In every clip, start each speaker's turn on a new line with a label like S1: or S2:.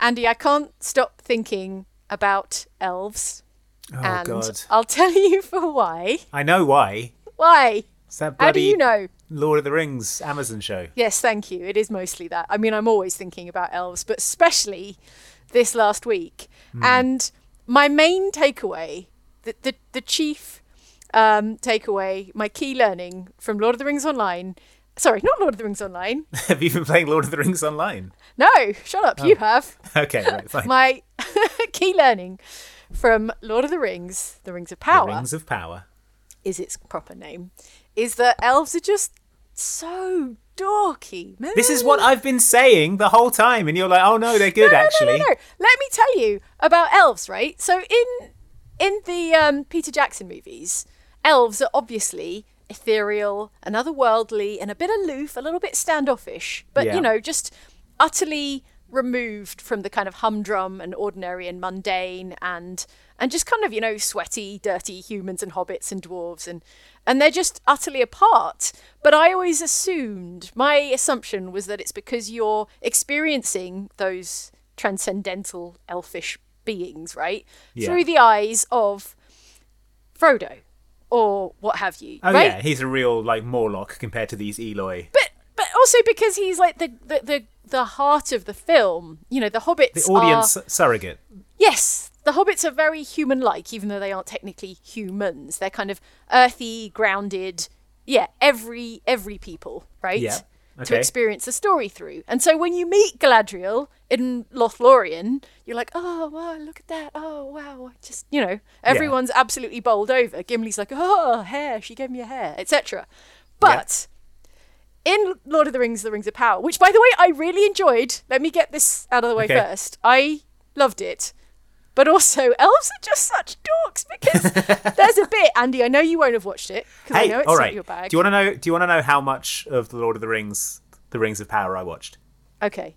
S1: Andy, I can't stop thinking about elves.
S2: Oh
S1: and
S2: god.
S1: I'll tell you for why.
S2: I know why.
S1: Why?
S2: It's that bloody
S1: How do you know?
S2: Lord of the Rings Amazon show.
S1: Yes, thank you. It is mostly that. I mean, I'm always thinking about elves, but especially this last week.
S2: Hmm.
S1: And my main takeaway, the, the, the chief um, takeaway, my key learning from Lord of the Rings Online. Sorry, not Lord of the Rings Online.
S2: Have you been playing Lord of the Rings online?
S1: No, shut up.
S2: Oh.
S1: You have.
S2: Okay, right, fine.
S1: My key learning from Lord of the Rings, The Rings of
S2: the
S1: Power.
S2: Rings of Power.
S1: is its proper name, is that elves are just so dorky. Man.
S2: This is what I've been saying the whole time, and you're like, "Oh no, they're good."
S1: No, no,
S2: actually,
S1: No, no, no. Let me tell you about elves, right? So in in the um, Peter Jackson movies, elves are obviously ethereal and otherworldly and a bit aloof, a little bit standoffish, but
S2: Yeah.
S1: you know, just utterly removed from the kind of humdrum and ordinary and mundane and and just kind of you know sweaty dirty humans and hobbits and dwarves and and they're just utterly apart but i always assumed my assumption was that it's because you're experiencing those transcendental elfish beings right
S2: Yeah.
S1: through the eyes of frodo or what have you
S2: Oh
S1: right
S2: yeah, he's a real like Morlock compared to these Eloi.
S1: but but also because he's like the the the, the heart of the film you know the hobbits
S2: The
S1: are-
S2: audience surrogate.
S1: Yes, the hobbits are very human like, even though they aren't technically humans. They're kind of earthy, grounded. Yeah, every every people, right?
S2: Yeah,
S1: To
S2: okay.
S1: experience the story through. And so when you meet Galadriel in Lothlorien, you're like, oh, wow, look at that. Oh, wow. Just, you know, everyone's absolutely bowled over. Gimli's like, oh, hair, she gave me a hair, etc. But in Lord of the Rings, The Rings of Power, which, by the way, I really enjoyed. Let me get this out of the way
S2: Okay.
S1: first. I loved it. But also, elves are just such dorks because there's a bit, Andy, I know you won't have watched it because I
S2: Hey,
S1: know it's
S2: all
S1: not
S2: right.
S1: your bag.
S2: Do you want to know? Do you want to know how much of the Lord of the Rings, the Rings of Power, I watched?
S1: Okay.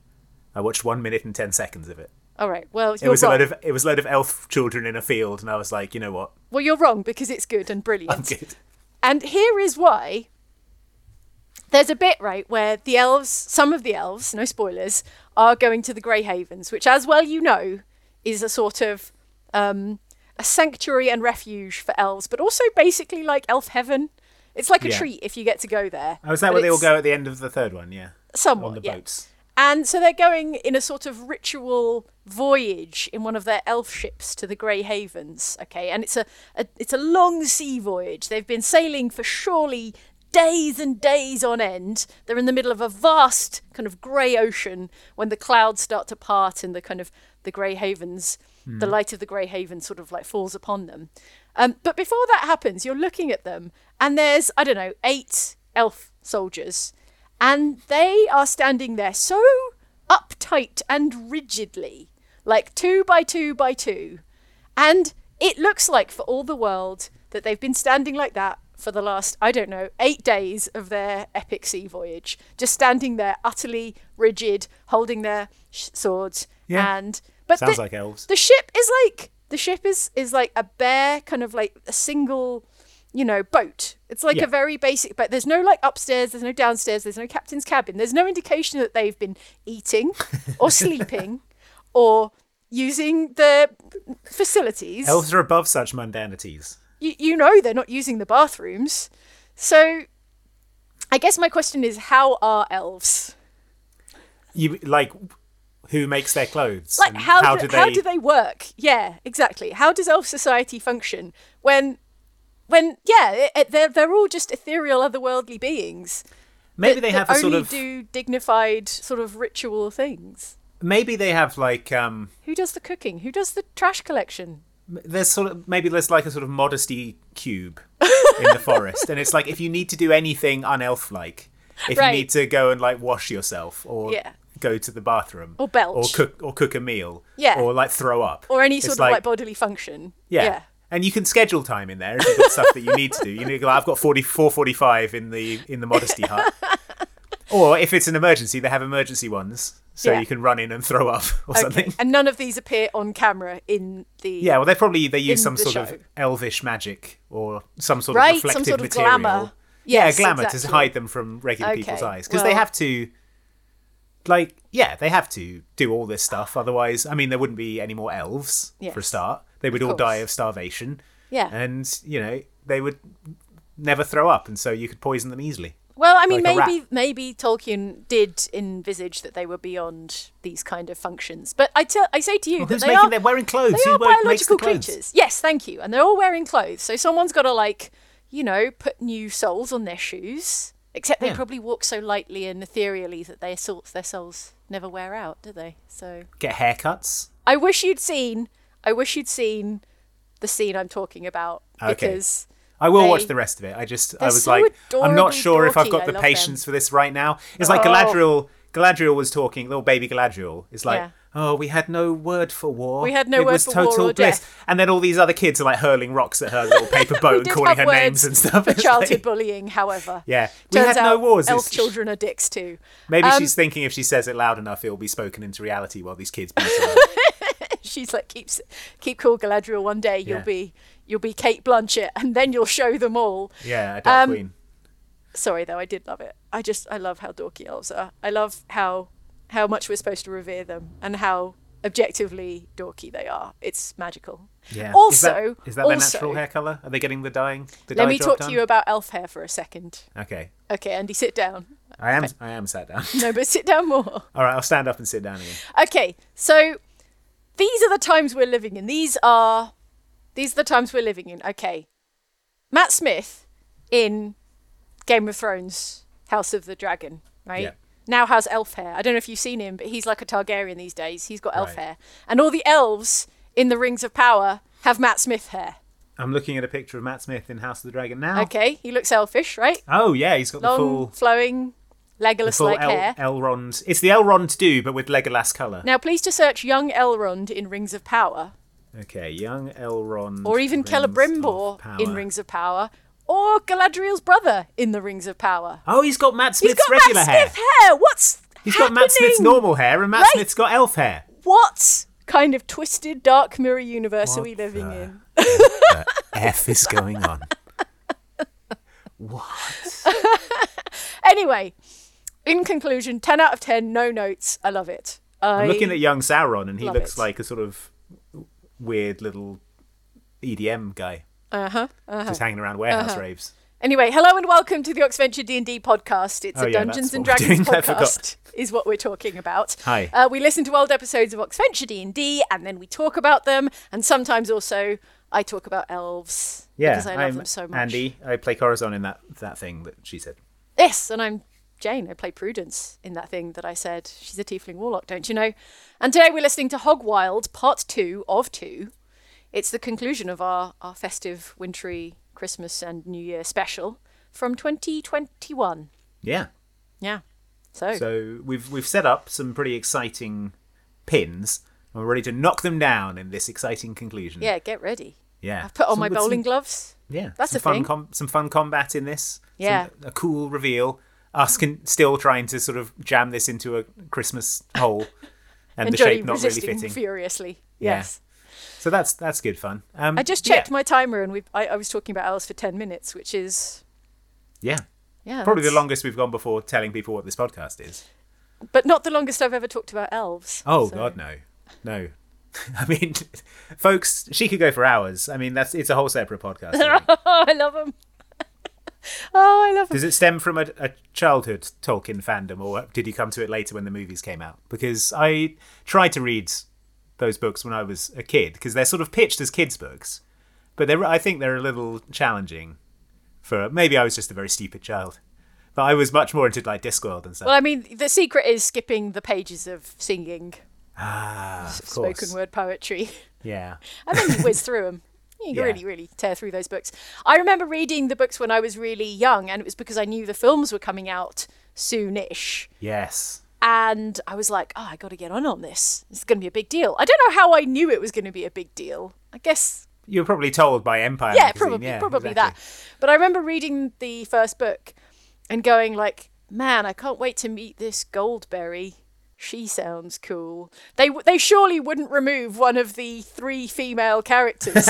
S2: I watched one minute and ten seconds of it.
S1: All right. Well,
S2: It
S1: you're
S2: was
S1: wrong.
S2: a load of it was a load of elf children in a field, and I was like, you know what?
S1: well, you're wrong because it's good and brilliant.
S2: I'm good.
S1: And here is why. There's a bit, right, where the elves, some of the elves, no spoilers, are going to the Grey Havens, which, as well you know, is a sort of um, a sanctuary and refuge for elves, but also basically like elf heaven. It's like a
S2: Yeah.
S1: treat if you get to go there.
S2: Oh, is that
S1: But
S2: where they all
S1: it's
S2: go at the end of the third one? Yeah,
S1: Somewhat,
S2: on the
S1: yeah.
S2: boats.
S1: And so they're going in a sort of ritual voyage in one of their elf ships to the Grey Havens. Okay, and it's a, a it's a long sea voyage. They've been sailing for surely days and days on end. They're in the middle of a vast kind of grey ocean when the clouds start to part and the kind of the Grey Havens, the light of the Grey Haven sort of like falls upon them. Um, but before that happens, you're looking at them, and there's I don't know eight elf soldiers and they are standing there so uptight and rigidly, like two by two by two. And it looks like, for all the world, that they've been standing like that for the last, I don't know, eight days of their epic sea voyage. Just standing there, utterly rigid, holding their sh- swords.
S2: Yeah.
S1: And, but
S2: Sounds
S1: the-
S2: like elves.
S1: the ship is like the ship is is like a bare kind of like a single, you know, boat. It's like
S2: Yeah.
S1: a very basic but there's no like upstairs, there's no downstairs, there's no captain's cabin. There's no indication that they've been eating or sleeping or using the facilities.
S2: Elves are above such mundanities.
S1: You, you know they're not using the bathrooms. So I guess my question is how are elves?
S2: You like who makes their clothes?
S1: like
S2: and
S1: how, do, how do they work yeah exactly how does elf society function when when yeah it, it- they're, they're all just ethereal otherworldly beings
S2: Maybe
S1: that-
S2: they
S1: that
S2: have a sort
S1: only
S2: of.
S1: do dignified sort of ritual things
S2: Maybe they have like um.
S1: who does the cooking who does the trash collection
S2: there's sort of maybe there's like a sort of modesty cube in the forest and it's like if you need to do anything unelf like if
S1: Right.
S2: you need to go and like wash yourself or
S1: Yeah.
S2: go to the bathroom
S1: Or belch.
S2: or cook or cook a meal
S1: Yeah.
S2: or like throw up
S1: or any
S2: It's
S1: sort of
S2: like-
S1: like bodily function.
S2: yeah. And you can schedule time in there if you've got stuff that you need to do. You know, like, I've got 44, 45 in the in the modesty hut. Or if it's an emergency, they have emergency ones, so
S1: Yeah.
S2: you can run in and throw up or something.
S1: Okay. And none of these appear on camera in the
S2: Yeah, well, they probably they use
S1: In
S2: some
S1: the
S2: sort
S1: show.
S2: of elvish magic or some sort of
S1: right
S2: reflective
S1: some sort of
S2: material.
S1: glamour.
S2: Yeah,
S1: Yes,
S2: glamour to
S1: exactly.
S2: hide them from regular
S1: Okay,
S2: people's eyes because they
S1: well-
S2: have to. Like, yeah, they have to do all this stuff. Otherwise, I mean, there wouldn't be any more elves for a
S1: Yes,
S2: start. They would all
S1: course.
S2: die of starvation.
S1: Yeah.
S2: and you know they would never throw up, and so you could poison them easily.
S1: Well, I mean,
S2: like a rat.
S1: maybe maybe Tolkien did envisage that they were beyond these kind of functions. But I tell I say to you that
S2: Who's
S1: they
S2: making?
S1: are
S2: they're wearing clothes.
S1: they
S2: Who
S1: are
S2: wo- makes the
S1: biological
S2: clothes?
S1: creatures. Yes, thank you, and they're all wearing clothes. So someone's got to like you know put new soles on their shoes. Except they
S2: Yeah.
S1: probably walk so lightly and ethereally that their souls their soles never wear out, do they? So
S2: Get haircuts.
S1: I wish you'd seen. I wish you'd seen the scene I'm talking about
S2: Okay.
S1: because
S2: I will
S1: They-
S2: watch the rest of it. I just I
S1: They're
S2: was
S1: so
S2: like I'm not
S1: adorably
S2: sure if I've
S1: dorky.
S2: got
S1: I
S2: the
S1: love Oh.
S2: patience for this right now. It's like Galadriel Galadriel was talking, little baby Galadriel is like,
S1: Yeah.
S2: Oh, we had no word for war.
S1: We had no
S2: it
S1: word
S2: was
S1: for war
S2: total
S1: or
S2: bliss.
S1: death.
S2: And then all these other kids are like hurling rocks at her little paper boat and
S1: did
S2: calling
S1: have
S2: her
S1: words
S2: names and stuff.
S1: for
S2: It's
S1: childhood
S2: like-
S1: bullying. However,
S2: Yeah. We
S1: turns
S2: had no
S1: out
S2: wars,
S1: Elf
S2: it's-
S1: children Um, are dicks too.
S2: Maybe she's thinking if she says it loud enough it'll be spoken into reality while these kids beat her.
S1: She's like, keep s- keep cool, Galadriel. One day you'll
S2: Yeah.
S1: be you'll be Kate Blanchett, and then you'll show them all.
S2: yeah, a dark
S1: Um,
S2: queen.
S1: Sorry though, I did love it. I just I love how dorky elves are. I love how how much we're supposed to revere them and how objectively dorky they are. It's magical.
S2: Yeah.
S1: Also,
S2: is that, is that
S1: also,
S2: their natural hair colour? Are they getting the dyeing? The
S1: Let
S2: dye
S1: me
S2: job
S1: talk
S2: done?
S1: to you about elf hair for a second.
S2: Okay.
S1: Okay, Andy, sit down.
S2: I am I am sat down.
S1: No, but sit down more.
S2: Alright, I'll stand up and sit down again.
S1: Okay, so these are the times we're living in. These are these are the times we're living in. Okay. Matt Smith in Game of Thrones, House of the Dragon, right?
S2: Yeah.
S1: Now has elf hair. I don't know if you've seen him, but he's like a Targaryen these days. He's got elf
S2: Right.
S1: hair. And all the elves in the Rings of Power have Matt Smith hair.
S2: I'm looking at a picture of Matt Smith in House of the Dragon now.
S1: Okay, he looks elfish, right?
S2: Oh yeah, he's got
S1: Long,
S2: Oh. the full,
S1: flowing,
S2: the
S1: Legolas
S2: full
S1: like
S2: El-
S1: hair.
S2: Elrond. It's the Elrond do, but with Legolas color.
S1: Now, please to search young Elrond in Rings of Power
S2: Okay, young Elrond.
S1: or even
S2: Rings of
S1: Celebrimbor in
S2: Power.
S1: Rings of Power, or Galadriel's brother in the Rings of Power.
S2: Oh, he's got Matt
S1: He's
S2: Smith's
S1: got
S2: regular
S1: Matt
S2: hair.
S1: Smith hair. What's
S2: He's
S1: happening?
S2: got Matt Smith's normal hair, and Matt
S1: Right.
S2: Smith's got elf hair.
S1: What kind of twisted dark mirror universe are
S2: What
S1: we living
S2: the-
S1: in?
S2: F is going on.
S1: Anyway, in conclusion, ten out of ten. No notes. I love it. I,
S2: I'm looking at young Sauron, and he
S1: Love
S2: looks
S1: it.
S2: like a sort of weird little EDM guy.
S1: Uh-huh,
S2: Uh huh. Just hanging around warehouse raves.
S1: Anyway, hello and welcome to the Oxventure D&D podcast. It's
S2: Oh,
S1: a
S2: yeah,
S1: Dungeons
S2: that's
S1: and
S2: what we're
S1: Dragons
S2: doing. I forgot.
S1: podcast is what we're talking about.
S2: Hi.
S1: Uh, we listen to old episodes of Oxventure D&D and then we talk about them and sometimes also I talk about elves
S2: Yeah,
S1: because I love
S2: I'm
S1: them so much.
S2: Andy, I play Corazon in that that thing that she said.
S1: Yes, and I'm Jane. I play Prudence in that thing that I said. She's a tiefling warlock, don't you know? And today we're listening to Hogwild, part two of two. It's the conclusion of our, our festive, wintry Christmas and New Year special from 2021.
S2: Yeah.
S1: Yeah. So,
S2: So we've we've set up some pretty exciting pins. and We're ready to knock them down in this exciting conclusion.
S1: yeah, get ready.
S2: yeah.
S1: I've put on
S2: Some-
S1: my
S2: with
S1: bowling
S2: some-
S1: gloves.
S2: Yeah,
S1: That's
S2: some
S1: a
S2: fun
S1: thing.
S2: Com- some fun combat in this. some-
S1: Yeah.
S2: a cool reveal. Us can still trying to sort of jam this into a Christmas hole, and,
S1: and
S2: the
S1: Johnny
S2: shape not really
S1: resisting
S2: fitting.
S1: furiously.
S2: Yeah.
S1: Yes.
S2: So that's that's good fun. Um,
S1: I just
S2: yeah.
S1: checked my timer and we I, I was talking about elves for 10 minutes, which is.
S2: Yeah.
S1: Yeah.
S2: Probably the
S1: that's-
S2: longest we've gone before telling people what this podcast is.
S1: But not the longest I've ever talked about elves.
S2: Oh
S1: so-
S2: God, no, no. I mean, folks, she could go for hours. I mean, that's it's a whole separate podcast. I think.
S1: Oh, I love them. oh, I love them.
S2: Does it stem from a, a childhood Tolkien fandom, or did you come to it later when the movies came out? Because I tried to read those books when I was a kid because they're sort of pitched as kids' books, but they're I think they're a little challenging. For maybe I was just a very stupid child, but I was much more into like Discworld and stuff.
S1: Well, I mean, the secret is skipping the pages of singing
S2: ah, of course.
S1: spoken word poetry.
S2: Yeah.
S1: And then you whiz through them. You
S2: Yeah.
S1: really, really tear through those books. I remember reading the books when I was really young, and it was because I knew the films were coming out soonish.
S2: Yes.
S1: And I was like, oh, I got to get on on this. It's going to be a big deal. I don't know how I knew it was going to be a big deal. I guess
S2: You were probably told by Empire.
S1: yeah,
S2: magazine,
S1: probably,
S2: yeah,
S1: probably
S2: exactly.
S1: that. But I remember reading the first book and going like, "Man, I can't wait to meet this Goldberry. She sounds cool." They w- they surely wouldn't remove one of the three female characters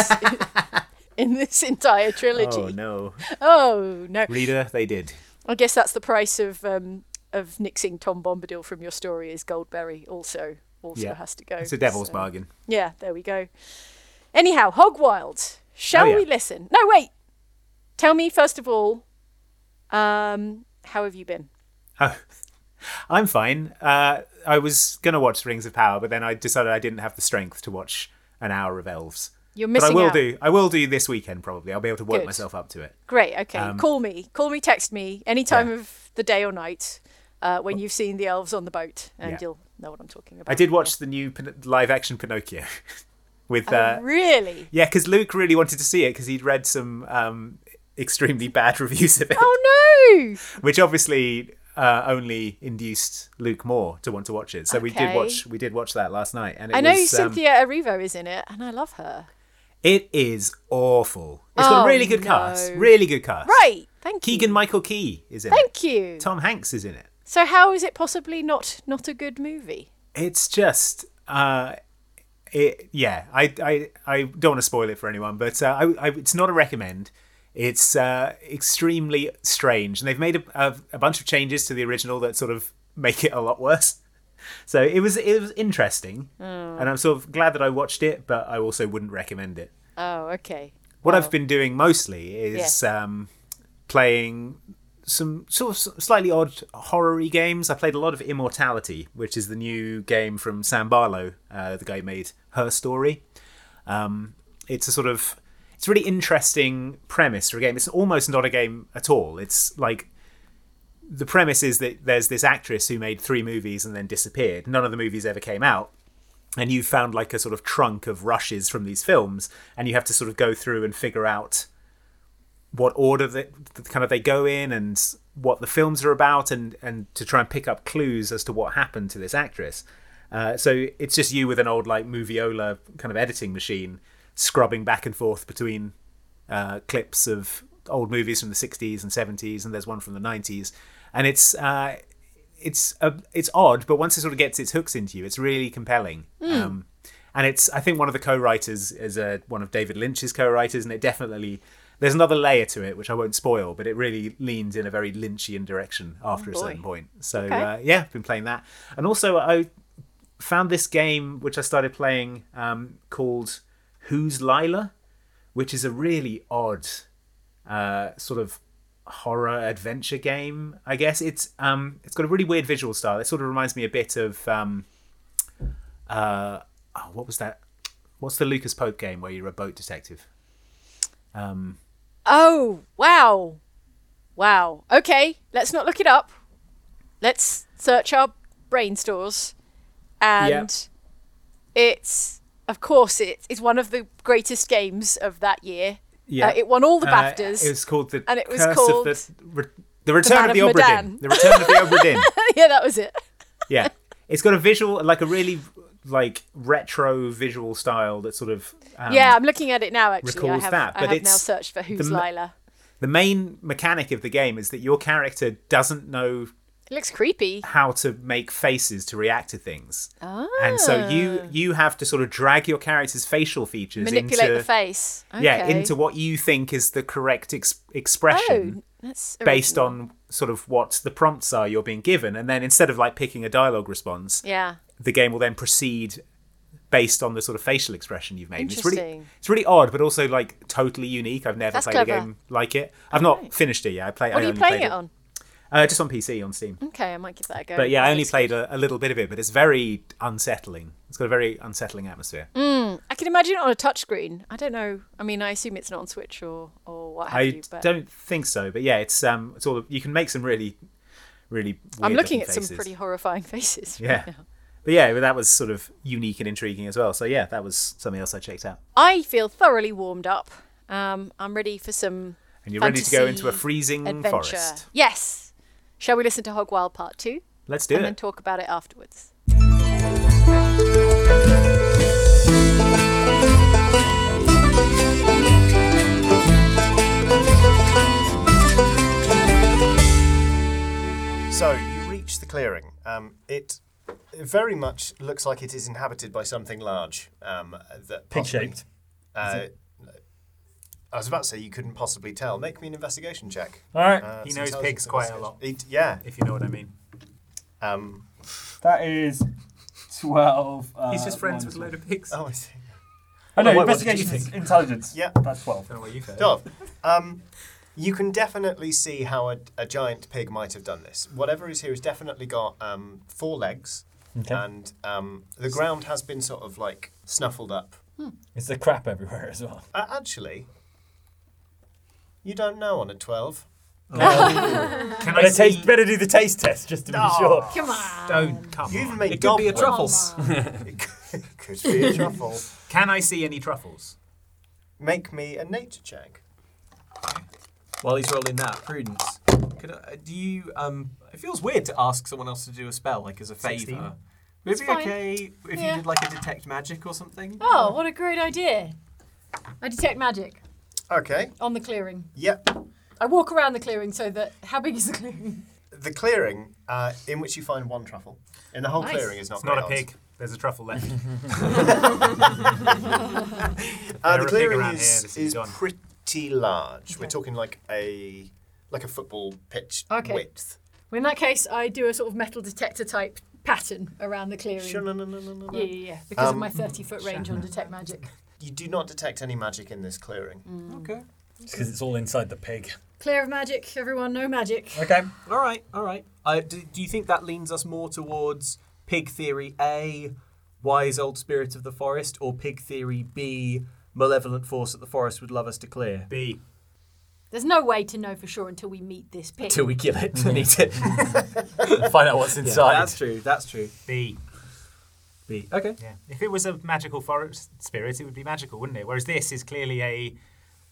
S1: in this entire trilogy.
S2: Oh no,
S1: Oh, no.
S2: reader, they did.
S1: I guess that's the price of um, of nixing Tom Bombadil from your story. Is Goldberry also also
S2: Yeah,
S1: has to go?
S2: It's a devil's
S1: So-
S2: bargain.
S1: yeah, there we go. Anyhow, Hogwild. Shall
S2: Oh, yeah.
S1: we listen? No, wait. Tell me first of all, um, how have you been?
S2: Oh, I'm fine. Uh, I was going to watch Rings of Power, but then I decided I didn't have the strength to watch an hour of elves.
S1: You're
S2: but I
S1: missing
S2: will
S1: out.
S2: do. I will do this weekend probably. I'll be able to work
S1: Good.
S2: myself up to it.
S1: Great. Okay. Call me. Call me. Text me any time
S2: Um, Yeah.
S1: of the day or night uh, when you've seen the elves on the boat, and
S2: Yeah.
S1: you'll know what I'm talking about.
S2: I did watch the new pin- live-action Pinocchio with uh,
S1: really?
S2: yeah, because Luke really wanted to see it because he'd read some um, extremely bad reviews of it,
S1: Oh no!
S2: which obviously uh, only induced Luke more to want to watch it. So we did
S1: Okay.
S2: watch we did watch that last night, and it
S1: I know
S2: was, um,
S1: Cynthia Erivo is in it, and I love her.
S2: It is awful. It's got
S1: Oh,
S2: a really good
S1: no.
S2: cast. Really good cast.
S1: Right. Thank you.
S2: Keegan Michael Key is in it.
S1: Thank you.
S2: Tom Hanks is in it.
S1: So how is it possibly not not a good movie?
S2: It's just uh it yeah, I I, I don't want to spoil it for anyone, but uh, I, I it's not a recommend. It's uh extremely strange and they've made a, a, a bunch of changes to the original that sort of make it a lot worse. So it was it was interesting.
S1: Hmm.
S2: And I'm sort of glad that I watched it, but I also wouldn't recommend it.
S1: Oh, okay.
S2: What I've been doing mostly is um, playing some sort of s- slightly odd horror-y games. I played a lot of Immortality, which is the new game from Sam Barlow, uh, the guy who made Her Story. Um, it's a sort of it's a really interesting premise for a game. It's almost not a game at all. It's like the premise is that there's this actress who made three movies and then disappeared. None of the movies ever came out and you found like a sort of trunk of rushes from these films and you have to sort of go through and figure out what order that that kind of they go in and what the films are about and and to try and pick up clues as to what happened to this actress uh, so it's just you with an old like moviola kind of editing machine scrubbing back and forth between uh, clips of old movies from the 60s and 70s and there's one from the 90s and it's uh, it's uh, it's odd, but once it sort of gets its hooks into you, it's really compelling.
S1: Hmm.
S2: Um, and it's I think one of the co-writers is uh one of David Lynch's co-writers, and it definitely there's another layer to it which I won't spoil, but it really leans in a very Lynchian direction after a
S1: Oh, boy.
S2: certain point. So
S1: Okay.
S2: uh, yeah, I've been playing that, and also I found this game which I started playing um, called Who's Lila, which is a really odd uh, sort of horror adventure game. I guess it's um, it's got a really weird visual style. It sort of reminds me a bit of um, uh, oh, what was that? What's the Lucas Pope game where you're a boat detective?
S1: Oh, wow. Wow. Okay, let's not look it up. Let's search our brain stores. And it's, of course, it, it's one of the greatest games of that year. Uh, it won all the
S2: Uh,
S1: BAFTAs.
S2: it was called the
S1: and it was
S2: Curse
S1: called
S2: of the, Re- the Return
S1: Man
S2: of the
S1: of
S2: Obra Dinn.
S1: Medan.
S2: The Return of the Obra Dinn.
S1: yeah, that was it.
S2: yeah it's got a visual like a really like retro visual style that sort of um,
S1: yeah, I'm looking at it now, actually. I
S2: recalls
S1: have,
S2: that,
S1: I
S2: but
S1: have now
S2: it's
S1: searched for Who's
S2: m-
S1: Lila.
S2: the main mechanic of the game is that your character doesn't know
S1: It looks creepy.
S2: how to make faces to react to things and so
S1: Ah.
S2: you you have to sort of drag your character's facial features
S1: Manipulate
S2: into
S1: the face. Okay.
S2: yeah into what you think is the correct ex- expression
S1: Oh, that's
S2: based
S1: original.
S2: on sort of what the prompts are you're being given and then instead of like picking a dialogue response
S1: Yeah.
S2: the game will then proceed based on the sort of facial expression you've made. And It's really
S1: Interesting.
S2: it's really odd, but also like totally unique. I've never
S1: That's
S2: played a
S1: clever.
S2: game like it. I've not finished it yet. I play.
S1: What
S2: I
S1: are you
S2: only
S1: playing
S2: played
S1: it on?
S2: Uh, just on PC on Steam.
S1: Okay, I might give that a go.
S2: But yeah, I
S1: That
S2: only
S1: looks
S2: played a, a little bit of it, but it's very unsettling. It's got a very unsettling atmosphere.
S1: Mm. I can imagine it on a touchscreen. I don't know. I mean, I assume it's not on Switch or, or what have
S2: I
S1: you. But
S2: don't think so, but yeah, it's um, it's all you can make some really, really.
S1: I'm looking
S2: weird looking
S1: at
S2: faces.
S1: some pretty horrifying faces. right
S2: Yeah,
S1: now.
S2: but yeah, that was sort of unique and intriguing as well. So yeah, that was something else I checked out.
S1: I feel thoroughly warmed up. Um, I'm ready for some.
S2: And you're ready to go into a
S1: fantasy
S2: freezing
S1: adventure.
S2: forest.
S1: Yes. Shall we listen to Hog Wild Part Two?
S2: Let's do
S1: and then
S2: it.
S1: talk about it afterwards.
S3: So you reach the clearing. Um, it very much looks like it is inhabited by something large. Um, that possibly-
S4: Pig-shaped.
S3: Uh, I was about to say you couldn't possibly tell. Make me an investigation check.
S4: All right.
S3: Uh,
S2: He
S3: some
S2: knows
S3: intelligence
S2: pigs quite a
S3: investigation.
S2: lot.
S3: It- yeah.
S2: If you know what I mean.
S3: Um,
S4: that is 12. Uh,
S2: He's just friends with a
S4: minus
S2: load of pigs.
S3: oh, I see.
S4: Oh, no,
S2: Wait, what did you
S4: investigation is
S2: think?
S4: intelligence.
S3: Yeah.
S4: That's 12.
S2: don't
S5: Oh,
S2: know what you've heard.
S3: Dov, um, you can definitely see how a, a giant pig might have done this. Whatever is here has definitely got um, four legs,
S4: Okay.
S3: and um, the ground has been sort of like snuffled up.
S4: It's the crap everywhere as well.
S3: Uh, actually, you don't know on a 12.
S2: Can
S4: Better,
S2: I see?
S4: taste, better do the taste test just to be
S6: Ah,
S4: sure.
S1: Come on.
S2: Don't come.
S3: You even
S2: on.
S3: made
S2: It could be a
S3: goblin.
S2: truffles.
S3: it could- it could be a truffle.
S2: Can I see any truffles?
S3: Make me a nature check.
S5: While he's rolling that, Prudence, could I, do you? Um, it feels weird to ask someone else to do a spell like as a favor. Would it be
S6: fine.
S5: okay if
S6: Yeah.
S5: you did like a detect magic or something?
S6: Oh, what a great idea. I detect magic
S3: Okay.
S6: on the clearing.
S3: Yep.
S6: I walk around the clearing so that. How big is the clearing?
S3: The clearing uh, in which you find one truffle in the whole
S6: Nice.
S3: clearing is not
S2: It's not
S3: great
S2: a
S3: odds.
S2: pig. There's a truffle left.
S3: Uh,
S2: There
S3: the
S2: are a pig
S3: clearing
S2: around here,
S3: is,
S2: this is
S3: is
S2: gone.
S3: pretty large. We're talking like a like a football pitch
S6: Okay.
S3: width.
S6: Well, in that case, I do a sort of metal detector type pattern around the clearing.
S3: Shun-nun-nun-nun-nun-nun.
S6: Yeah, yeah, yeah. Because
S3: Um,
S6: of my 30 foot range on detect magic.
S3: You do not detect any magic in this clearing.
S6: Mm.
S5: Okay.
S4: Because it's all inside the pig.
S6: Clear of magic, everyone, no magic.
S4: Okay.
S5: All right. All right. I, do, do you think that leans us more towards pig theory A, wise old spirit of the forest, or pig theory B, malevolent force that the forest would love us to clear?
S2: B.
S6: There's no way to know for sure until we meet this pig.
S5: Till we kill it and eat it.
S4: Find out what's inside.
S5: That's true. That's true.
S2: B.
S5: B. Okay.
S2: Yeah. If it was a magical forest spirit, it would be magical, wouldn't it? Whereas this is clearly a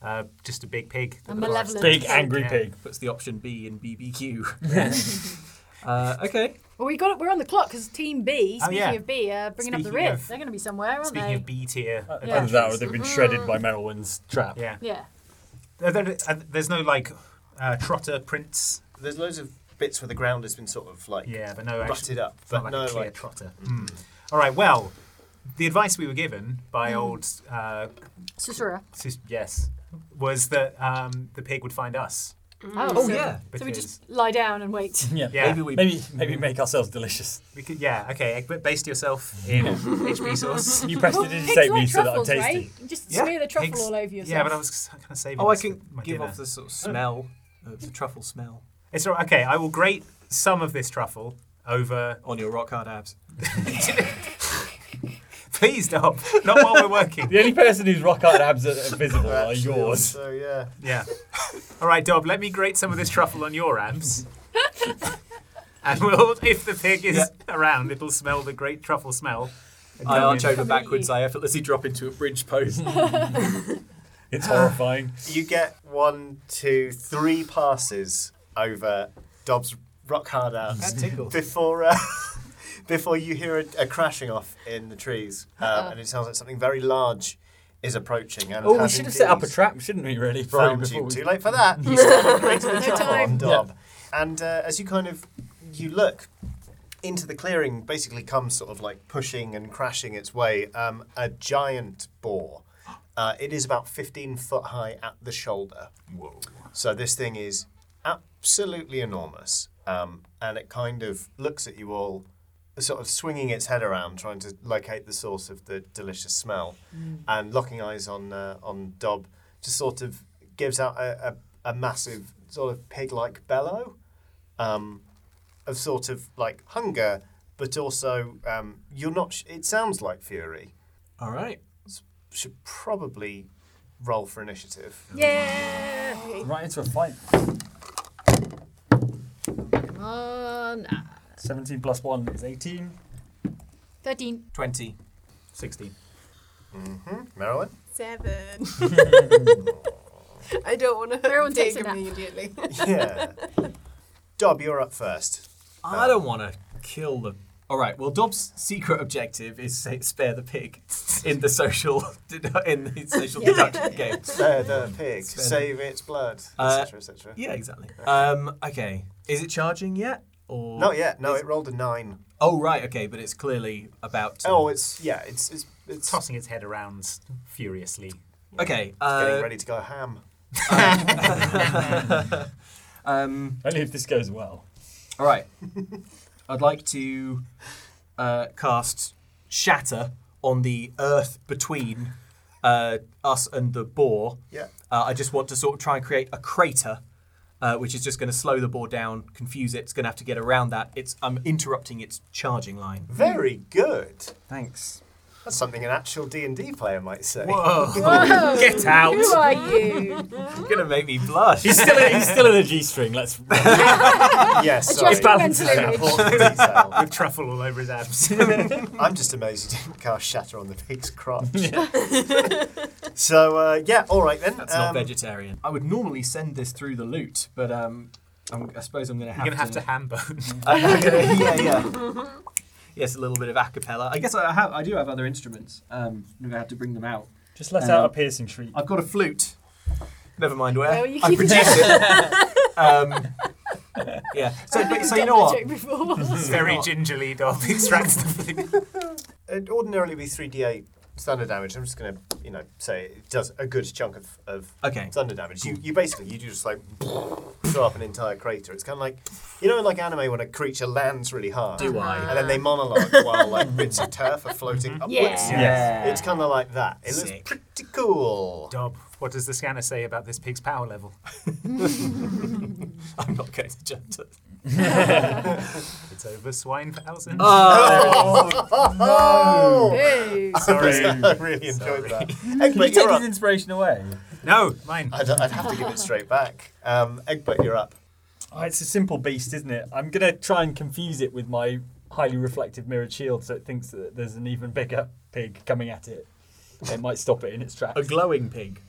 S2: uh, just a big pig. that
S6: A
S2: the forest-
S6: malevolent-
S4: Big angry
S2: Yeah.
S4: pig.
S5: Puts the option B in BBQ. uh, okay.
S6: Well, we got it. We're on the clock because Team B,
S2: Oh,
S6: speaking
S2: yeah.
S6: of B, uh, bringing up the
S2: Speaking
S6: rear.
S2: of-
S6: They're going to be somewhere, aren't
S2: Speaking
S6: they?
S2: of B tier,
S4: Either
S2: adventures.
S4: that or they've been shredded by Merylwyn's trap.
S2: yeah.
S6: yeah.
S2: There- there- uh, There's no like uh, trotter prints.
S3: There's loads of bits where the ground has been sort of like
S2: Yeah, but no.
S3: butted
S2: Actually,
S3: up,
S2: it's
S3: but
S2: not like
S3: no
S2: a clear
S3: like
S2: trotter. Hmm. All right. Well, the advice we were given
S6: Hmm.
S2: by old uh,
S6: Susura.
S2: sis- yes was that um, the pig would find us.
S5: Oh
S6: so,
S5: yeah.
S2: Because,
S6: So we just lie down and wait.
S4: Yeah.
S2: Yeah.
S5: Maybe we.
S4: Maybe maybe make ourselves delicious.
S2: we could- yeah. Okay. but Based yourself in HP sauce.
S4: You pressed
S6: Well,
S4: it to
S6: pigs
S4: say
S6: like
S4: me so that I'm
S6: truffles,
S4: tasty.
S6: right? You Just
S5: Yeah,
S6: smear the truffle
S2: Pigs-
S6: all over yourself.
S2: Yeah, but I was kind of saving.
S5: Oh, I
S2: this
S5: can
S2: for my
S5: give
S2: dinner. Oh.
S5: off the sort of smell, uh, the truffle smell
S2: It's all right. Okay, I will grate some of this truffle over.
S5: on your rock hard abs.
S2: Please stop. Not while we're working.
S4: The only person whose rock hard abs are visible are
S3: Actually,
S4: yours.
S3: So yeah.
S2: Yeah. All right, Dob. Let me grate some of this truffle on your abs. And we'll, if the pig is around, it'll smell the great truffle smell. And
S5: I
S2: tell
S5: arch
S2: me-
S5: over backwards. I effortlessly drop into a bridge pose.
S4: It's horrifying.
S3: You get one, two, three passes over Dobbs rock hard abs
S5: tickles.
S3: before uh, before you hear a, a crashing off in the trees, um, and it sounds like something very large is approaching. And
S4: Oh, we
S3: has
S4: should have set up a
S3: indeed
S4: trap, shouldn't we? Really, probably
S3: Found
S4: before
S3: you.
S4: we.
S3: Too late for that. You still haven't created a trouble
S6: time.
S3: on Dob. And uh, as you kind of you look into the clearing, basically comes sort of like pushing and crashing its way um, a giant boar. Uh, it is about 15 foot high at the shoulder. So this thing is absolutely enormous, um, and it kind of looks at you all, sort of swinging its head around, trying to locate the source of the delicious smell, and locking eyes on uh, on Dob, just sort of gives out a, a, a massive sort of pig-like bellow, um, of sort of like hunger, but also um, you're not. Sh- it sounds like fury.
S5: All right.
S3: Should probably roll for initiative.
S6: Yeah.
S4: Right into a fight.
S6: Come on. Ah,
S4: 17 plus 1 is 18.
S6: 13.
S5: Twenty.
S2: Sixteen.
S3: Marilyn.
S7: Seven. I don't want to hurt
S6: Everyone
S7: the
S6: takes
S7: pig
S6: a nap.
S7: immediately.
S3: Yeah. Dob, you're up first.
S5: I don't want to kill the. Uh, All right. Well, Dobbs' secret objective is sa spare the pig in the social in the social deduction game.
S3: Spare the pig,
S5: Spare the-
S3: save its blood,
S5: Uh,
S3: etc., etc.
S5: Yeah, exactly. Um, okay. Is it charging yet? Or
S3: Not yet. No, it rolled a nine.
S5: Oh, right. Okay, but it's clearly about. To...
S3: Oh, it's yeah, it's it's it's
S2: tossing its head around furiously.
S5: okay.
S3: getting
S5: Uh,
S3: ready to go ham.
S5: um,
S4: Only if this goes well.
S5: all right. I'd like to uh, cast shatter on the earth between uh, us and the boar.
S3: Yeah.
S5: Uh, I just want to sort of try and create a crater, uh, which is just going to slow the boar down, confuse it. It's going to have to get around that. It's I'm interrupting its charging line.
S3: Very good.
S5: Thanks.
S3: That's something an actual D and D player might say.
S1: Whoa,
S5: Get out!
S1: who are you?
S5: You're going to make me blush.
S4: He's still in, he's still in a G string. Let's.
S3: Yes, sorry.
S6: Adjustment Balance mental
S3: Very
S6: image.
S3: important detail.
S2: With truffle all over his abs.
S3: I'm just amazed you didn't cast shatter on the pig's crotch. so uh, yeah, all right then. Um,
S5: That's
S2: um,
S5: not vegetarian. I would normally send this through the loot, but um, I'm, I suppose I'm going to have
S2: You're gonna have
S5: to.
S2: to ham bone.
S5: I'm gonna- yeah, yeah. Yes, a little bit of a cappella. I guess I have. I do have other instruments. Um, I'm going to have to bring them out.
S4: Just let
S5: Um,
S4: out a piercing shriek.
S5: I've got a flute. Never mind where.
S6: Where were you
S5: I
S6: keeping
S5: produced it. um, yeah. So, but, so you know what?
S2: Very gingerly Dob extracts the flute.
S3: It'd ordinarily be three D8 thunder damage. I'm just gonna, you know, say it does a good chunk of, of
S5: Okay.
S3: thunder damage. You you basically you do just like throw up an entire crater. It's kind of like you know, in like anime when a creature lands really hard.
S5: Do I?
S3: And then they monologue while like bits of turf are floating upwards.
S1: Yeah.
S4: Yeah.
S3: It's kind of like that. It
S5: Sick.
S3: looks pretty cool.
S2: Dob, what does the scanner say about this pig's power level?
S5: I'm not going to jump to.
S2: It's over swine thousand.
S3: Oh,
S2: Sorry.
S3: I really enjoyed that. Egbert,
S4: take
S3: you're
S4: his
S3: up.
S4: inspiration away.
S2: No, mine.
S3: I'd, I'd have to give it straight back. Um, Egbert, you're up.
S4: Oh, it's a simple beast, isn't it? I'm gonna try and confuse it with my highly reflective mirrored shield, so it thinks that there's an even bigger pig coming at it. It might stop it in its tracks.
S5: A glowing pig.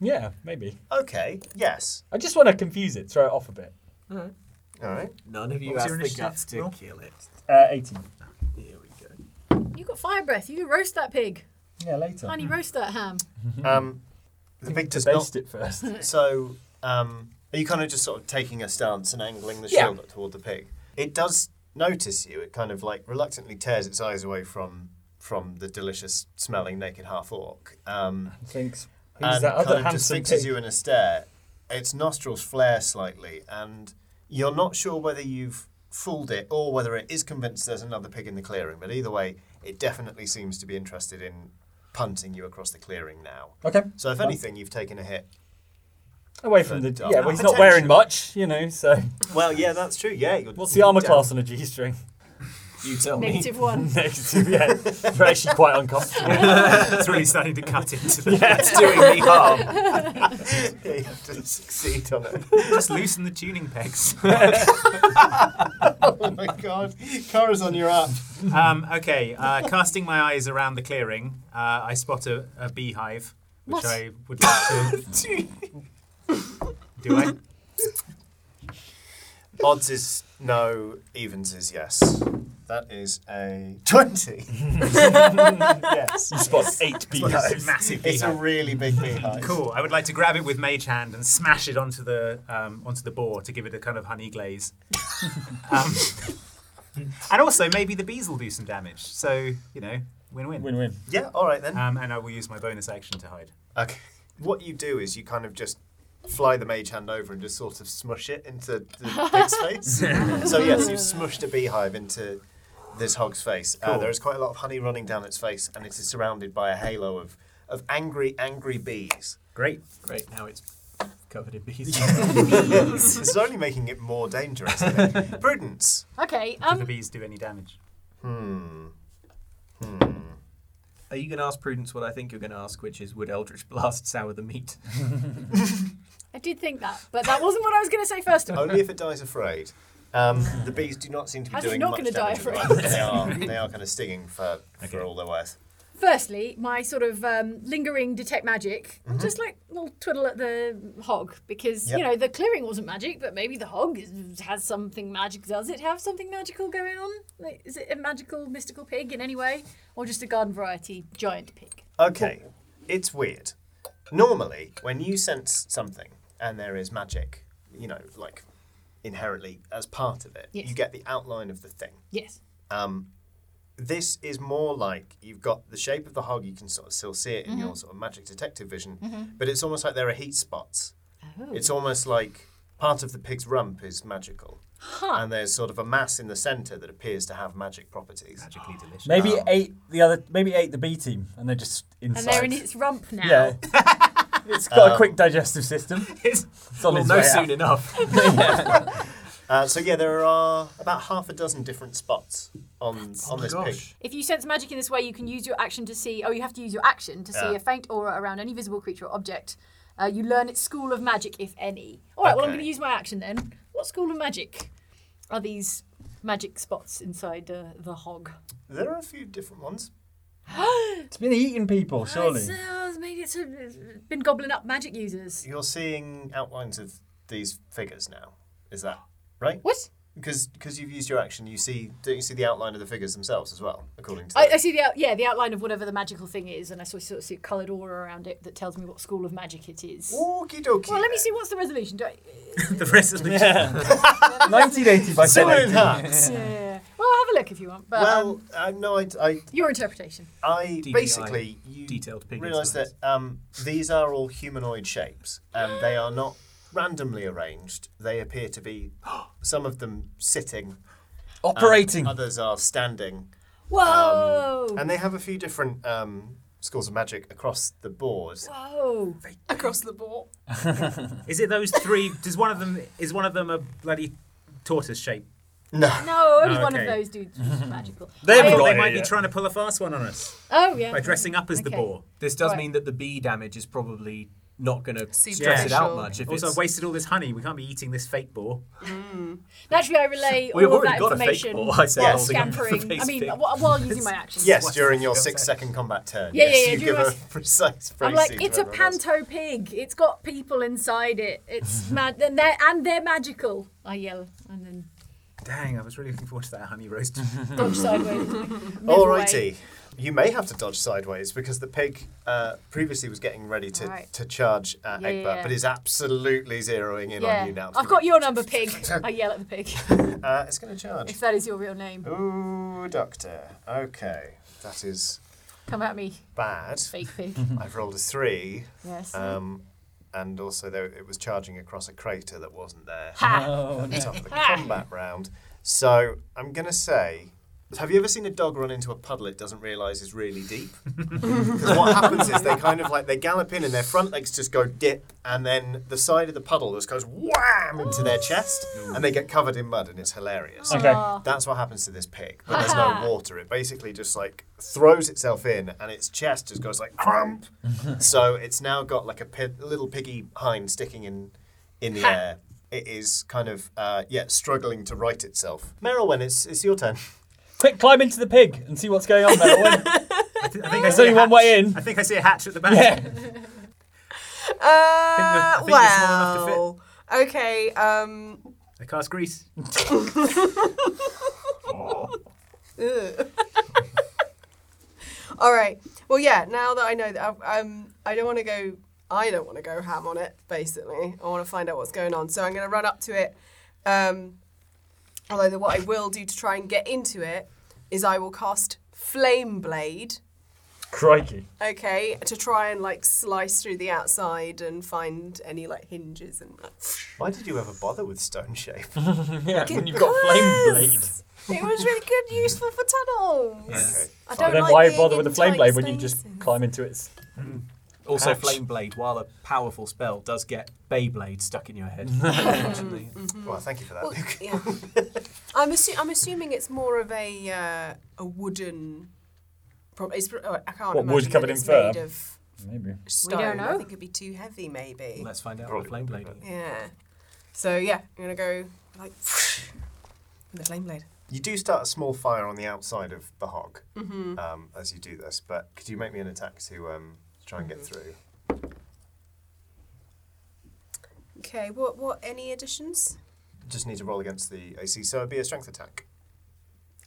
S4: yeah, maybe.
S3: Okay. Yes.
S4: I just want to confuse it, throw it off a bit.
S3: All right.
S5: None of you
S2: What's
S5: have
S2: your
S5: the
S2: initiative
S5: guts to
S2: roll?
S5: kill it.
S4: Uh, 18.
S5: Here we go.
S6: You got fire breath. You roast that pig.
S4: Yeah, later.
S6: Honey, roast that ham.
S3: Um, the pig does not.
S4: Baste it first.
S3: So, um, are you kind of just sort of taking a stance and angling the
S5: Yeah.
S3: shield up toward the pig? It does notice you. It kind of like reluctantly tears its eyes away from from the delicious smelling naked half orc. Um,
S4: Thinks, who's
S3: and
S4: that other
S3: kind of just
S4: handsome
S3: fixes
S4: pig?
S3: you in a stare. Its nostrils flare slightly, and you're not sure whether you've fooled it or whether it is convinced there's another pig in the clearing. But either way, it definitely seems to be interested in punting you across the clearing now.
S4: Okay.
S3: So, if anything, you've taken a hit.
S4: Away from the.
S3: the-
S4: Yeah, well, he's not wearing much, you know, so.
S3: Well, yeah, that's true. Yeah. You're,
S4: What's the armour class on a G string?
S5: You tell me.
S6: Negative one.
S4: Negative, yeah. We're actually quite uncomfortable.
S2: It's really starting to cut into the.
S5: It's doing me harm.
S3: Yeah, you have to succeed on it.
S2: Just loosen the tuning pegs.
S3: oh my god, Kara's on your app.
S2: Um, okay, uh, casting my eyes around the clearing, uh, I spot a, a beehive, which
S1: What?
S2: I would like to. Do I?
S3: Odds is no, evens is yes. That is a twenty. yes.
S4: you spot eight
S2: It's a
S4: beehives.
S2: massive
S3: It's a
S2: beehive.
S3: really big beehive.
S2: Cool. I would like to grab it with mage hand and smash it onto the um, onto the boar to give it a kind of honey glaze. um, and also maybe the bees will do some damage. So you know, win-win.
S4: Win win.
S3: Yeah, all right then.
S2: Um, and I will use my bonus action to hide.
S3: Okay. What you do is you kind of just fly the mage hand over and just sort of smush it into the pig's face. so yes, you've smushed a beehive into this hog's face. Uh,
S2: Cool.
S3: there is quite a lot of honey running down its face, and it is surrounded by a halo of of angry, angry bees.
S2: Great.
S5: Great. Now it's covered in bees.
S3: this is only making it more dangerous. I think. Prudence.
S6: Okay.
S2: Do the
S6: Um.
S2: bees do any damage?
S5: Are you going to ask Prudence what I think you're going to ask, which is would Eldritch Blast sour the meat?
S6: I did think that, but that wasn't what I was going to say first of all.
S3: Only if it dies afraid. Um, the bees do not seem to be
S6: How's it
S3: doing
S6: not
S3: much
S6: gonna die
S3: damage at the
S6: afraid?
S3: moment. They are, they are kind of stinging for, for all they're worth.
S1: Firstly, my sort of um, lingering detect magic,
S5: Mm-hmm.
S1: just like a little twiddle at the hog, because you
S3: Yep.
S1: know the clearing wasn't magic, but maybe the hog is, has something magic. Does it have something magical going on? Like, is it a magical, mystical pig in any way, or just a garden variety giant pig?
S3: Okay, it's weird. Normally, when you sense something and there is magic, you know, like inherently as part of it,
S1: Yes.
S3: you get the outline of the thing.
S1: Yes.
S3: This is more like you've got the shape of the hog, you can sort of still see it in your sort of magic detective vision, but it's almost like there are heat spots. It's almost like part of the pig's rump is magical. And there's sort of a mass in the centre that appears to have magic properties. Oh.
S8: Magically delicious.
S4: Maybe it ate the other. Maybe it ate the B team, and they're just inside.
S1: And they're in its rump now.
S4: Yeah. it's got a quick digestive system.
S5: It's,
S4: It's on
S5: well,
S4: its
S5: no
S4: way
S5: soon
S4: out.
S5: enough.
S3: Uh, so yeah, there are about half a dozen different spots on on this pig.
S5: Oh Gosh.
S1: If you sense magic in this way, you can use your action to see. Oh, you have to use your action to see
S3: Yeah.
S1: a faint aura around any visible creature or object. Uh, you learn its school of magic, if any. All right. Well, I'm
S3: Okay.
S1: going to use my action then. What school of magic are these magic spots inside uh, the hog?
S3: There are a few different ones.
S4: It's been eating people, surely.
S1: It's, uh, maybe it's, uh, it's been gobbling up magic users.
S3: You're seeing outlines of these figures now. Is that right?
S1: What?
S3: Because because you've used your action, you see don't you see the outline of the figures themselves as well, according to
S1: I,
S3: the-
S1: I see the out, yeah the outline of whatever the magical thing is, and I sort of- sort of see a coloured aura around it that tells me what school of magic it is.
S3: Okie dokie.
S1: Well, let me
S3: then.
S1: see what's the resolution. Do I,
S5: the resolution.
S1: uh,
S4: 1980 by
S3: Similar
S4: 1080.
S3: hats.
S1: yeah. Well, have a look if you want. But um,
S3: Well, uh, no, I, I,
S1: Your interpretation.
S3: I
S5: DPI,
S3: basically you
S5: detailed pig
S3: realize that
S5: insides.
S3: um, these are all humanoid shapes, and they are not randomly arranged. They appear to be some of them sitting,
S4: Operating.
S3: Um,
S8: Uh,
S3: others are standing,
S1: Whoa!
S3: Um, and they have a few different um, schools of magic across the board.
S1: Whoa!
S5: Across the board.
S8: Is it those three? Does one of them is one of them a bloody tortoise shape?
S3: No.
S1: No, only one of
S8: okay.
S1: those dudes was magical.
S4: They haven't
S1: I-
S4: got
S8: They
S4: it
S8: might be
S4: yet.
S8: trying to pull a fast one on us
S1: Oh yeah.
S8: by dressing up as the
S1: Okay.
S8: boar.
S5: This does
S1: Right.
S5: mean that the bee damage is probably not going to
S7: Super
S5: stress it
S7: special.
S5: out much. If
S8: Also, I
S5: it's,
S8: wasted all this honey. We can't be eating this fake boar.
S1: Naturally, I relay
S5: We've
S1: all of that
S5: already got a fake
S1: information
S5: ball, I said,
S1: while
S5: holding up the
S1: scampering.
S5: face
S1: I mean,
S5: thing.
S1: wh- while using my action.
S3: Yes, during your six-second combat turn.
S1: Yeah, yeah,
S3: yes,
S1: yeah,
S3: You
S1: do
S3: give
S1: my-
S3: a precise phrase.
S1: I'm like, it's a panto pig. It's got people inside it. It's mad, and they're and they're magical. I yell and then
S8: Dang, I was really looking forward to that honey roast.
S1: dodge sideways. move away.
S3: Alrighty. You may have to dodge sideways because the pig uh, previously was getting ready to,
S1: Right.
S3: to charge uh,
S1: Yeah,
S3: Egbert,
S1: yeah, yeah.
S3: but is absolutely zeroing in
S1: Yeah,
S3: on you now.
S1: I've got your number, pig. I yell at the pig
S3: Uh, it's going to charge.
S1: if that is your real name.
S3: Ooh, doctor. Okay, that is
S1: Come at me,
S3: bad.
S1: fake pig.
S3: I've rolled a three,
S1: Yes.
S3: um, and also though it was charging across a crater that wasn't there.
S1: ha!
S3: on top of the combat round. So I'm going to say, have you ever seen a dog run into a puddle it doesn't realise is really deep? 'Cause what happens is they kind of like they gallop in and their front legs just go dip, and then the side of the puddle just goes wham into their chest, and they get covered in mud, and it's hilarious.
S7: Oh.
S4: Okay.
S3: That's what happens to this pig, but there's no water. It basically just like throws itself in, and its chest just goes like crump. so it's now got like a pi- little piggy hind sticking in in the air. It is kind of uh, yeah struggling to right itself. Merylwen, it's it's your turn.
S4: Quick, climb into the pig and see what's going on there. Owen.
S8: I think I
S4: There's
S8: see a
S4: only one
S8: hatch.
S4: way in.
S8: I think I see a hatch at the back.
S4: Yeah.
S7: Uh,
S8: I think you're small enough to
S7: well. Okay. Um.
S8: I cast grease.
S7: ugh. All right. Well, yeah. Now that I know that, I've- um, I don't want to go. I don't want to go ham on it. Basically, I want to find out what's going on. So I'm going to run up to it. Um, although the, what I will do to try and get into it is I will cast Flame Blade.
S4: Crikey.
S7: Okay, to try and like slice through the outside and find any like hinges and
S3: Why did you ever bother with stone shape?
S4: Yeah, when you've got flame blade.
S7: It was really good, useful for tunnels.
S3: Okay.
S7: I
S4: But
S7: don't
S4: then
S7: like
S4: why
S7: being
S4: bother
S7: in
S4: with a flame
S7: tight
S4: blade when you just
S7: spaces.
S4: climb into its?
S5: also,
S4: Ouch.
S5: flame blade, while a powerful spell, does get Beyblade stuck in your head. unfortunately.
S3: Well, thank you for that.
S7: Well,
S3: Luke.
S7: yeah. I'm, assu- I'm assuming it's more of a uh, a wooden. Prob- it's, pro- I can't
S4: What, wood
S7: imagine that
S4: covered in
S7: it's
S4: fur?
S7: made of
S4: Maybe.
S7: stone.
S1: know.
S7: I think it'd be too heavy, maybe.
S5: Let's find out
S3: Probably
S5: what flame blade.
S7: yeah. So yeah, I'm gonna go like with the flame blade.
S3: You do start a small fire on the outside of the hog
S7: Mm-hmm.
S3: um, as you do this, but could you make me an attack to um, try and get through?
S7: Okay, what what any additions?
S3: Just need to roll against the AC, so it'd be a strength attack.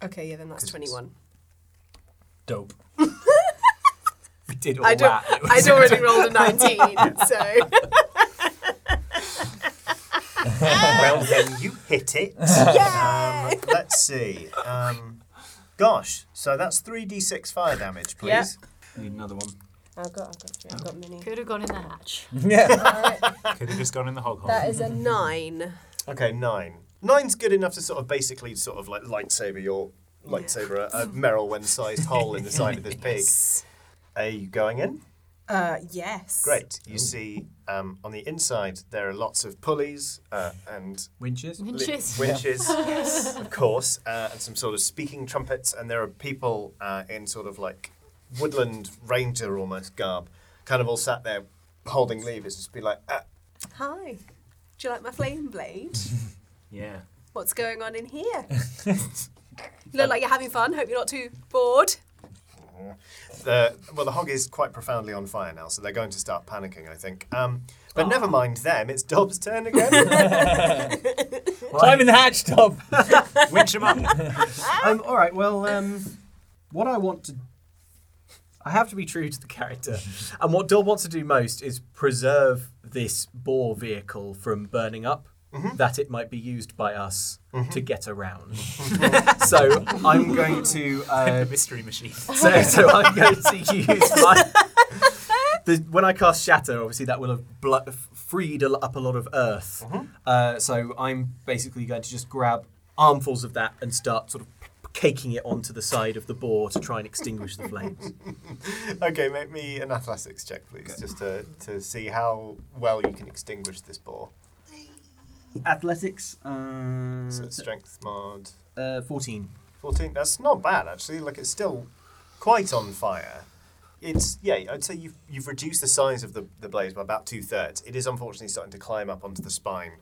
S7: Okay, yeah, then that's twenty one.
S5: Dope. we did all
S7: I don't.
S5: that. It was-
S7: I'd already rolled a nineteen, so
S3: well, then you hit it. Um, let's see. Um, gosh, so that's 3d6 fire damage, please.
S1: Yeah.
S5: Need another one.
S7: I've got, I've got, three, I've got many.
S6: Could have gone in the hatch.
S2: Could have just gone in the hog hole.
S7: That is a nine.
S3: Okay, nine. Nine's good enough to sort of basically sort of like lightsaber your lightsaber a, a Meryl Wen sized hole in the side of this pig. Are you going in?
S7: Uh, yes.
S3: Great. You see um, on the inside there are lots of pulleys uh, and
S5: Winches?
S3: li-
S6: Winches.
S3: winches, of course, uh, and some sort of speaking trumpets. And there are people uh, in sort of like woodland ranger almost garb, kind of all sat there holding levers, just be like, ah,
S7: Hi. Do you like my flame blade?
S5: Yeah.
S7: What's going on in here? Look like you're having fun. Hope you're not too bored.
S3: the well, the hog is quite profoundly on fire now, so they're going to start panicking, I think. Um, but never mind them. It's Dob's turn again.
S4: Climb in the hatch, Tom.
S2: Winch him up.
S5: Um, all right. Well, um, what I want to, I have to be true to the character, and what Dob wants to do most is preserve this boar vehicle from burning up, that it might be used by us to get around. so I'm going to. Uh,
S2: the mystery machine.
S5: so, so I'm going to use my. The, when I cast Shatter, obviously that will have bl- freed a, lo- up a lot of earth. Uh, so I'm basically going to just grab armfuls of that and start sort of caking it onto the side of the boar to try and extinguish the flames.
S3: okay, make me an athletics check, please, just to, to see how well you can extinguish this ball.
S5: Athletics, uh,
S3: So it's strength mod
S5: uh, 14.
S3: 14. That's not bad actually. Like it's still quite on fire. It's yeah. I'd say you've you've reduced the size of the, the blaze by about two thirds. It is unfortunately starting to climb up onto the spine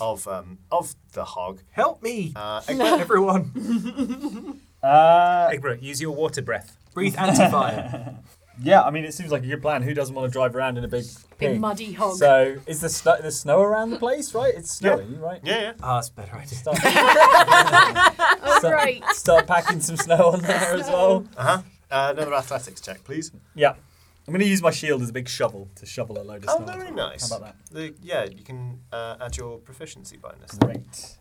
S3: of um of the hog.
S5: Help me,
S3: Uh,
S5: everyone.
S4: Uh,
S2: Egbert, use your water breath.
S5: Breathe anti-fire.
S4: yeah, I mean, it seems like a good plan. Who doesn't want to drive around in a big
S6: Big
S4: pig?
S6: muddy hog.
S4: So is the snow, there's snow around the place, right? It's
S3: Yeah.
S4: snowy, right?
S3: yeah, yeah.
S5: Ah, that's a better idea.
S4: Start,
S6: oh,
S4: start-
S6: right.
S4: start packing some snow on there as well.
S3: Uh-huh. Uh, another athletics check, please.
S4: Yeah. I'm going to use my shield as a big shovel to shovel a load of
S3: Oh,
S4: snow.
S3: very nice.
S4: How about
S3: The, yeah, you can uh, add your proficiency bonus.
S4: that? Great.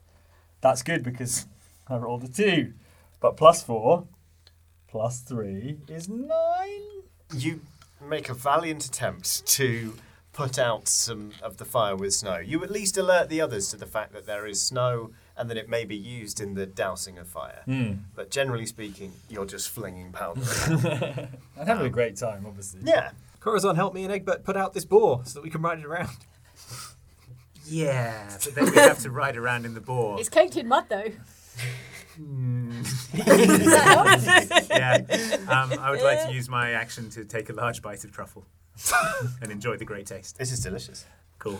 S4: That's good because I rolled a two. But plus four, plus three is nine.
S3: You make a valiant attempt to put out some of the fire with snow. You at least alert the others to the fact that there is snow and that it may be used in the dousing of fire.
S4: Hmm.
S3: But generally speaking, you're just flinging powder.
S4: I'm having a great time, obviously.
S3: yeah.
S5: Corazon, help me and Egbert put out this boar so that we can ride it around.
S2: Yeah, but then we have to ride around in the boar.
S6: It's caked in mud though.
S2: yeah. Um, I would like to use my action to take a large bite of truffle and enjoy the great taste.
S3: This is delicious.
S2: Cool.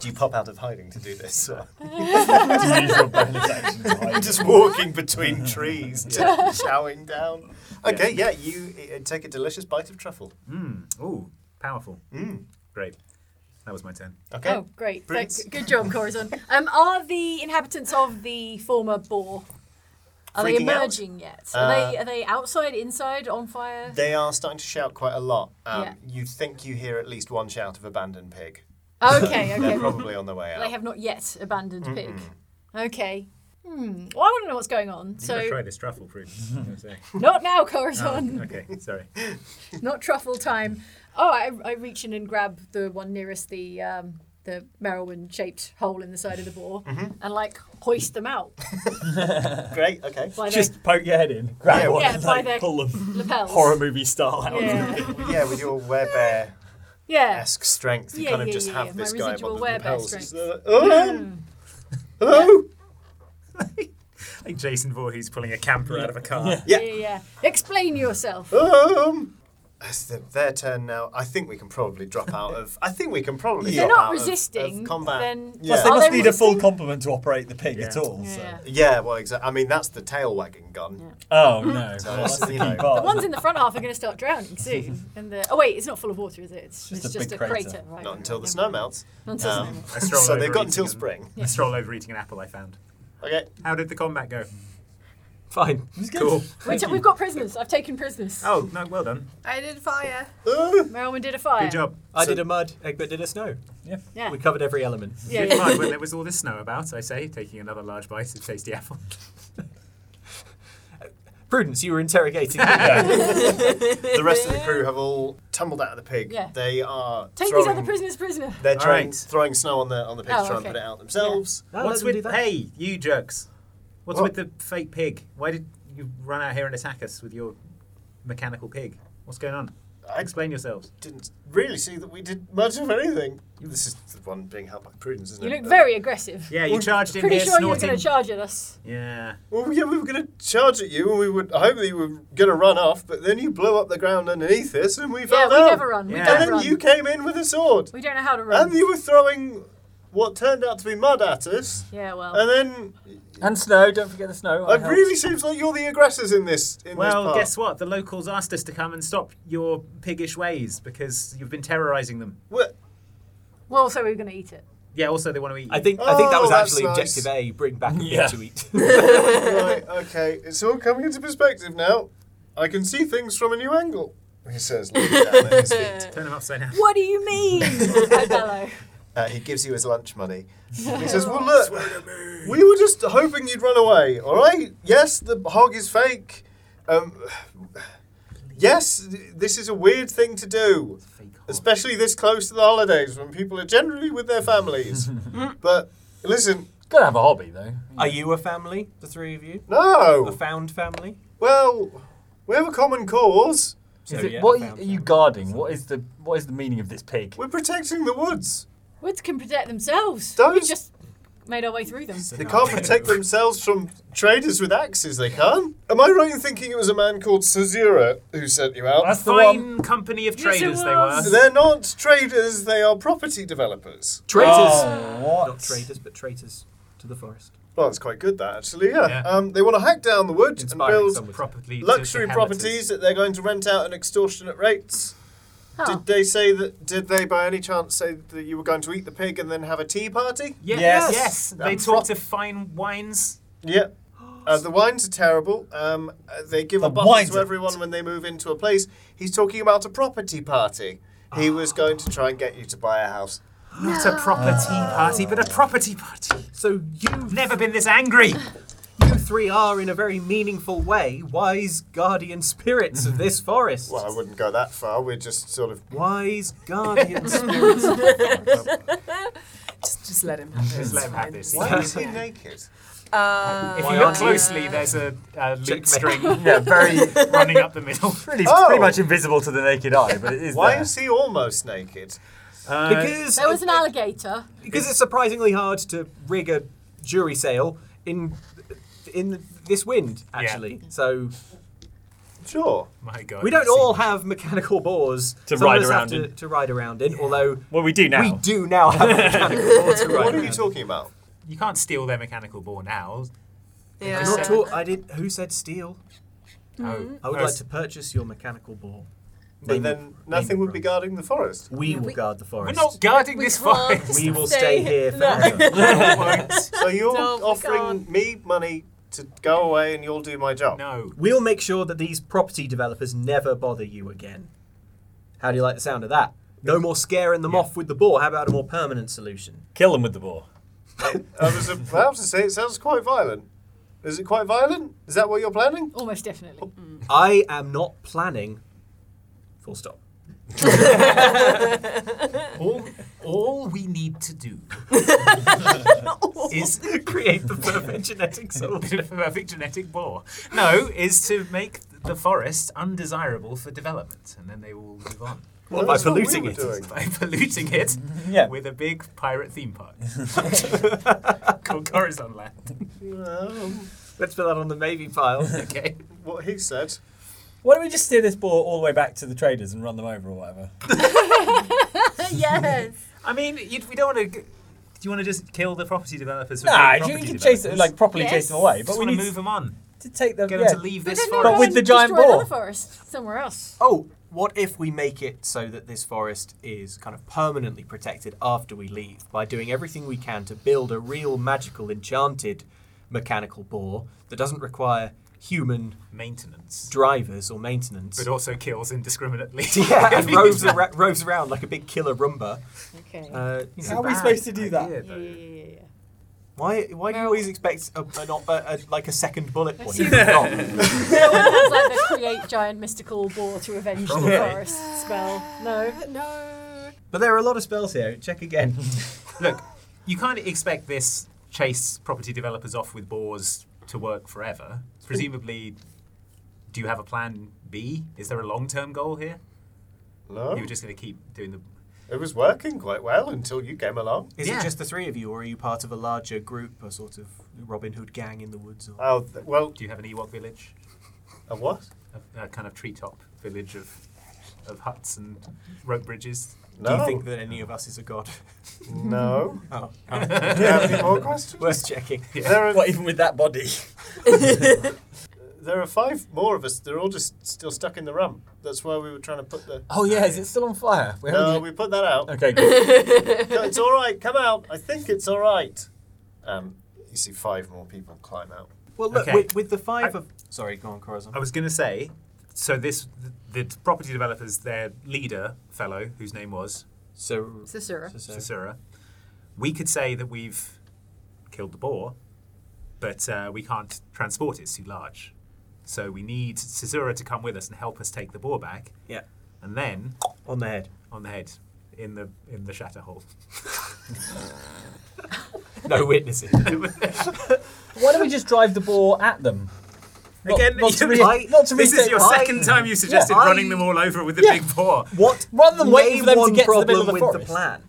S3: Do you pop out of hiding to do this? or-
S4: Which is usual bonus action to hide.
S3: just walking between trees, chowing down. Okay, yeah, you uh, take a delicious bite of truffle.
S2: Ooh, powerful. Great. That was my turn.
S3: Okay.
S6: Oh, great. Thank-
S3: Prince.
S6: good job, Corazon. Um, are the inhabitants of the former boar? Are they
S3: Freaking out?
S6: emerging yet? Are they are they outside, inside, on fire?
S3: They are starting to shout quite a lot. Um,
S6: Yeah.
S3: You think you hear at least one shout of abandoned pig.
S6: Oh, Okay, okay.
S3: They're probably on their way out.
S6: They have not yet abandoned pig. Okay. Hmm. Well, I want to know what's going on.
S2: You gotta try
S6: So
S2: this truffle, Prudence. I was gonna say.
S6: not now, Corazon.
S2: okay, sorry.
S6: not truffle time. Oh, I, I reach in and grab the one nearest the um, the Merylwyn shaped hole in the side of the boar and like hoist them out
S3: Great, okay.
S6: by their
S4: Just poke your head in, grab
S3: Yeah,
S4: one,
S6: yeah,
S4: and
S6: by
S4: like,
S6: their
S4: pull them
S6: lapels.
S4: horror movie style out.
S6: Yeah.
S3: yeah, with your werebear
S6: yeah.
S3: esque strength, you
S6: Yeah,
S3: kind of
S6: yeah,
S3: just
S6: yeah,
S3: have
S6: yeah.
S3: this
S6: My
S3: guy
S6: residual
S3: above the
S6: werebear
S3: lapels.
S6: strength. Hmm.
S3: He's, uh, "Oh, hello?
S2: Like Jason Voorhees pulling a camper out of a car.
S6: Yeah. yeah. Explain yourself.
S3: Um, it's the- their turn now. I think we can probably drop out of. I think we can probably.
S6: If they're
S3: drop
S6: not
S3: out of- of
S6: resisting,
S3: combat.
S6: then
S3: Yeah.
S4: Plus, they
S6: Are
S4: must need a full
S6: resisting?
S4: complement to operate the pig
S2: Yeah.
S4: at all. So.
S6: Yeah.
S3: Yeah, well, exactly. I mean, that's the tail wagging gun.
S4: Oh no,
S3: So
S4: well,
S3: that's,
S4: that's the
S3: you
S4: key
S3: know,
S4: part.
S6: The ones in the front half are going to start drowning soon. And the oh wait, it's not full of water, is it? It's
S4: Just
S6: it's
S4: a
S6: just
S4: big
S6: a
S4: crater.
S6: crater. right?
S3: Not until the
S6: Never
S3: snow
S6: mind.
S3: melts.
S6: Not until
S3: Um,
S6: snow melts.
S2: I stroll
S3: so
S2: over
S3: they've got
S2: eating
S3: until
S2: an-
S3: spring.
S2: I stroll over eating an apple I found.
S3: Okay.
S2: How did the combat go?
S5: Fine.
S4: It's good.
S5: Cool.
S6: We
S4: Thank
S6: t-
S4: you.
S6: we've got prisoners. I've taken prisoners.
S2: Oh, no, well done.
S7: I did fire.
S3: Oh,
S6: Merylman did a fire.
S2: Good job.
S5: I did a mud, Egbert did a snow.
S6: Yeah.
S5: We covered every element.
S6: yeah,
S2: Good
S6: yeah.
S2: mind when there was all this snow about, I say, taking another large bite of tasty apple.
S5: Prudence, you were interrogating me.
S3: The rest of the crew have all tumbled out of the pig.
S6: Yeah.
S3: They are
S6: Take
S3: throwing,
S6: these other prisoners prisoner.
S3: They're trying,
S2: right.
S3: throwing snow on the on the pig
S6: Oh,
S3: to try and
S6: okay.
S3: put it out themselves.
S5: No,
S2: What's
S5: let them
S2: with
S5: do that.
S2: hey, you jerks? What's
S3: What?
S2: with the fake pig? Why did you run out here and attack us with your mechanical pig? What's going on?
S3: I-
S2: Explain yourselves.
S3: Didn't really see that we did much of anything. This is the one being held by Prudence, isn't
S6: You
S3: it?
S6: look very aggressive.
S2: Yeah, you charged in
S6: Pretty
S2: here
S6: sure you were
S2: snorting.
S6: going to charge at us.
S2: yeah.
S3: Well, yeah, we were going to charge at you, and we would. I hope that you were going to run off, but then you blew up the ground underneath us, and we
S6: Yeah,
S3: found
S6: we
S3: out.
S6: never run. We
S2: Yeah.
S3: And
S6: don't
S3: then
S6: run.
S3: you came in with a sword,
S6: We don't know how to run.
S3: and you were throwing what turned out to be mud at us.
S6: yeah, well.
S3: And then
S4: And snow. Don't forget the snow. I
S3: it really seems like you're the aggressors in this. In this
S2: Well,
S3: part.
S2: guess what? The locals asked us to come and stop your piggish ways because you've been terrorizing them.
S3: Well,
S6: well, so we were going to eat it.
S2: Yeah, also they want to eat you.
S5: I think I think that was
S3: Oh, that's
S5: actually
S3: nice.
S5: objective A, bring back a bit
S4: Yeah.
S5: to eat.
S3: right, okay, it's all coming into perspective now. I can see things from a new angle. He says, looking down at his feet.
S2: Turn them upside down.
S6: What do you mean? I bellow.
S3: Uh, he gives you his lunch money. He says, Well, look, we were just hoping you'd run away, all right? Yes, the hog is fake. Um, yes, th- this is a weird thing to do,
S2: Fake hog.
S3: especially this close to the holidays when people are generally with their families. but listen,
S4: Gotta have a hobby though.
S5: Are you a family, the three of you? A
S3: no.
S5: found family?
S3: Well, we have a common cause.
S5: So,
S4: Is it,
S5: yeah,
S4: what
S5: a
S4: are
S5: found
S4: you- are you
S5: family.
S4: guarding? What is the what is the meaning of this pig?
S3: We're protecting the woods.
S6: Woods can protect themselves. We
S3: Those-
S6: just made our way through them.
S3: They can't protect themselves from traders with axes, they can't. Am I right in thinking it was a man called Sazura who sent you out?
S4: That's the one.
S2: Fine company of
S6: Yes, it
S2: traders they were.
S6: was.
S3: They're not traders, they are property developers.
S5: Traitors!
S4: Oh, what?
S5: Not traders, but traitors to the forest.
S3: Well, that's quite good, that actually, yeah.
S2: Yeah.
S3: Um, they want to hack down the wood
S5: Inspiring
S3: and
S5: some
S3: build
S5: would say.
S2: Properly to
S3: luxury
S2: cohabitants.
S3: properties that they're going to rent out at extortionate rates.
S6: Huh.
S3: Did they say that? Did they, by any chance, say that you were going to eat the pig and then have a tea party?
S2: Ye-
S4: Yes.
S2: yes. They
S3: Um,
S2: talk to fine wines.
S3: Yeah. Uh, the wines are terrible. Um, uh, they give
S4: The
S3: a bottle
S4: wines
S3: to
S4: are-
S3: everyone when they move into a place. He's talking about a property party. He was
S4: Ah.
S3: going to try and get you to buy a house.
S2: Not a proper tea party, but a property party.
S5: So you
S2: Never been this angry.
S5: you three are in a very meaningful way wise guardian spirits of this forest.
S3: Well, I wouldn't go that far. We're just sort of.
S5: Wise guardian spirits.
S7: Just, just let him have it.
S2: Just let
S7: it's
S2: him have
S7: fine.
S2: this.
S3: Why is he naked?
S7: Uh,
S2: If
S5: Why
S2: you look
S5: aren't you-
S2: closely, there's a, a loop
S5: Checkmate.
S2: string
S4: Yeah, very
S2: running up the middle.
S4: pretty,
S3: Oh.
S4: pretty much invisible to the naked eye, but it is
S3: Why
S4: there. Uh,
S3: is he almost naked?
S5: because
S6: There was an alligator.
S5: because it's surprisingly hard to rig a jury sale in in this wind actually. So
S3: Sure.
S2: Oh My God.
S5: we don't
S2: that's
S5: all have mechanical boars Some
S4: To
S5: of
S4: ride
S5: us
S4: around
S5: have to,
S4: in.
S5: to ride around in. Although
S4: Well, we do now.
S5: we do now have a mechanical boar to ride.
S3: What are
S5: around.
S3: you talking about?
S2: even- You can't steal their mechanical ball now.
S5: I'm
S7: yeah.
S5: not talk- I did. Who said steal?
S2: Oh,
S5: Mm-hmm. I would
S2: no,
S5: like to purchase your mechanical boar.
S3: But then nothing would be guarding the forest.
S5: We will guard the
S2: We're
S5: forest.
S2: not guarding this
S6: can't.
S2: forest.
S5: We will
S6: Stay
S5: stay here
S6: here.
S5: forever.
S3: So you're
S7: No, we
S3: offering
S7: can't.
S3: me money to go away and you'll do my job.
S2: No.
S5: we'll make sure that these property developers never bother you again. How do you like the sound of that? No more scaring them off with the boar. How about a more permanent solution?
S4: Kill them with the boar.
S3: I was about to say it sounds quite violent. Is it quite violent? Is that what you're planning?
S1: Oh.
S6: Almost definitely.
S5: I am not planning. Full stop.
S2: All, all we need to do is
S5: Create the perfect genetic soldier.
S2: perfect genetic bore. No, is to make the forest undesirable for development, and then they will move on
S5: What, by
S3: that's what we
S5: polluting
S3: were
S5: it?
S3: doing.
S2: by polluting it
S4: Yeah.
S2: with a big pirate theme park called Corazon Land.
S3: Um,
S5: Let's put that on the maybe file.
S2: Okay.
S3: what he said.
S4: Why don't we just steer this boar all the way back to the traders and run them over or whatever?
S6: yes.
S2: I mean, you, we don't want to. Do you want to just kill the property developers? for
S4: Nah,
S2: being
S4: you
S2: property
S4: can chase it
S2: developers?
S4: like properly
S6: Yes.
S4: chase them away,
S2: Just
S4: but we
S2: want to
S4: need
S2: move them on.
S4: to take them.
S2: Get
S4: yeah.
S2: them to leave
S6: But
S2: this
S6: then
S4: But
S6: they'll
S4: with
S6: go
S2: forest.
S4: the
S6: and
S4: giant
S6: destroy another
S4: boar.
S6: forest somewhere else.
S5: Oh, what if we make it so that this forest is kind of permanently protected after we leave by doing everything we can to build a real magical, enchanted mechanical boar that doesn't require human
S2: Maintenance,
S5: drivers or maintenance?
S2: but also kills indiscriminately.
S5: yeah, and roves, ara- roves around like a big killer rumba.
S6: Okay.
S5: Uh, you know,
S4: How are we
S5: bad
S4: supposed to do that?
S2: idea,
S6: yeah,
S2: though.
S6: yeah, yeah, yeah.
S5: Why? Why do you
S6: Well-
S5: always expect a, an op- a, a, like a second bullet point?
S6: Assume-
S5: Not.
S6: It's like they create giant mystical boar to avenge the
S2: Probably.
S6: forest spell. No.
S7: No.
S5: but there are a lot of spells here. Check again.
S2: Look, you can't expect this chase property developers off with boars to work forever. Presumably, do you have a plan B? Is there a long-term goal here?
S3: No,
S2: You were just going to keep doing the.
S3: it was working quite well until you came along.
S5: Is
S2: Yeah.
S5: it just the three of you, or are you part of a larger group, a sort of Robin Hood gang in the woods?
S2: Uh,
S5: Or...
S3: Oh, th- well,
S2: Do you have an Ewok village?
S3: a what?
S2: A, a kind of treetop village of of huts and rope bridges.
S3: No,
S5: Do you think that any of us is a god?
S3: no.
S5: Oh,
S3: Do you have any more questions?
S5: worth checking.
S3: There are
S4: What even with that body?
S3: there are five more of us. They're all just still stuck in the rum. That's why we were trying to put the.
S4: Oh yeah, is it still on fire? We haven't
S3: No,
S4: yet-
S3: we put that out.
S4: Okay, good.
S3: No, it's all right. Come out. I think it's all right. Um, you see five more people climb out.
S5: Well, look
S2: Okay.
S5: with, with the five
S2: I-
S5: of. Sorry, go on, Corazon.
S2: I was going to say, so this the property developers, their leader fellow, whose name was
S5: So,
S6: Sisera.
S5: so-
S2: Sisura, we could say that we've killed the boar, but uh, we can't transport it; it's too large. So we need Sisura to come with us and help us take the boar back,
S5: yeah,
S2: and then
S5: on the head.
S2: on the head in the in the shatter hole.
S5: No witnesses.
S4: Why don't we just drive the boar at them? Not-
S2: Again,
S4: not to
S2: you-
S4: re-
S5: I-
S4: not to
S2: this is
S4: restate-
S2: your
S5: I-
S2: second time you suggested
S5: I-
S2: running them all over with the
S4: Yeah.
S2: big boar.
S5: what?
S4: Rather than
S5: wave
S4: waiting for them to
S5: one
S4: get to the
S5: problem
S4: middle of the
S5: with
S4: forest.
S5: the plan.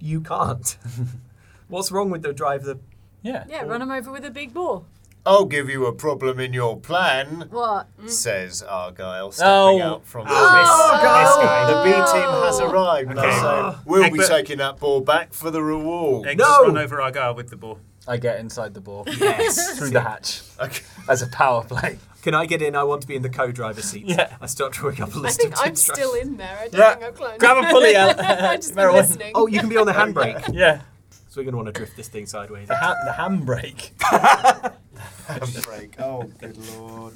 S5: You can't. What's wrong with the drive? The
S4: Yeah.
S6: Yeah, run him over with a big boar.
S3: I'll give you a problem in your plan,
S6: What?
S3: says Argyle, stepping
S4: Mm. Oh.
S3: out from the
S2: Oh, this, guy.
S3: The B team has arrived
S2: Okay.
S3: now,
S4: Ah.
S3: so we'll be
S2: Egbert-
S3: taking that ball back for the reward.
S2: Egg
S5: No!
S2: just run over Argyle with the boar.
S4: I get inside the boar. Yes. Through the hatch.
S3: Okay.
S4: As a power play.
S5: Can I get in? I want to be in the co-driver seat.
S4: Yeah.
S5: I start drawing up a
S7: I
S5: list
S7: think
S5: of
S7: I'm
S5: instructions.
S7: still in there. I don't
S4: Yeah.
S7: think I've climbed.
S4: Grab a pulley out.
S7: I've just been
S4: Marilyn.
S7: listening.
S5: Oh, you can be on the handbrake.
S4: Yeah.
S5: so we're going to want to drift this thing sideways.
S4: The, ha- the handbrake.
S3: Break. Oh, good lord.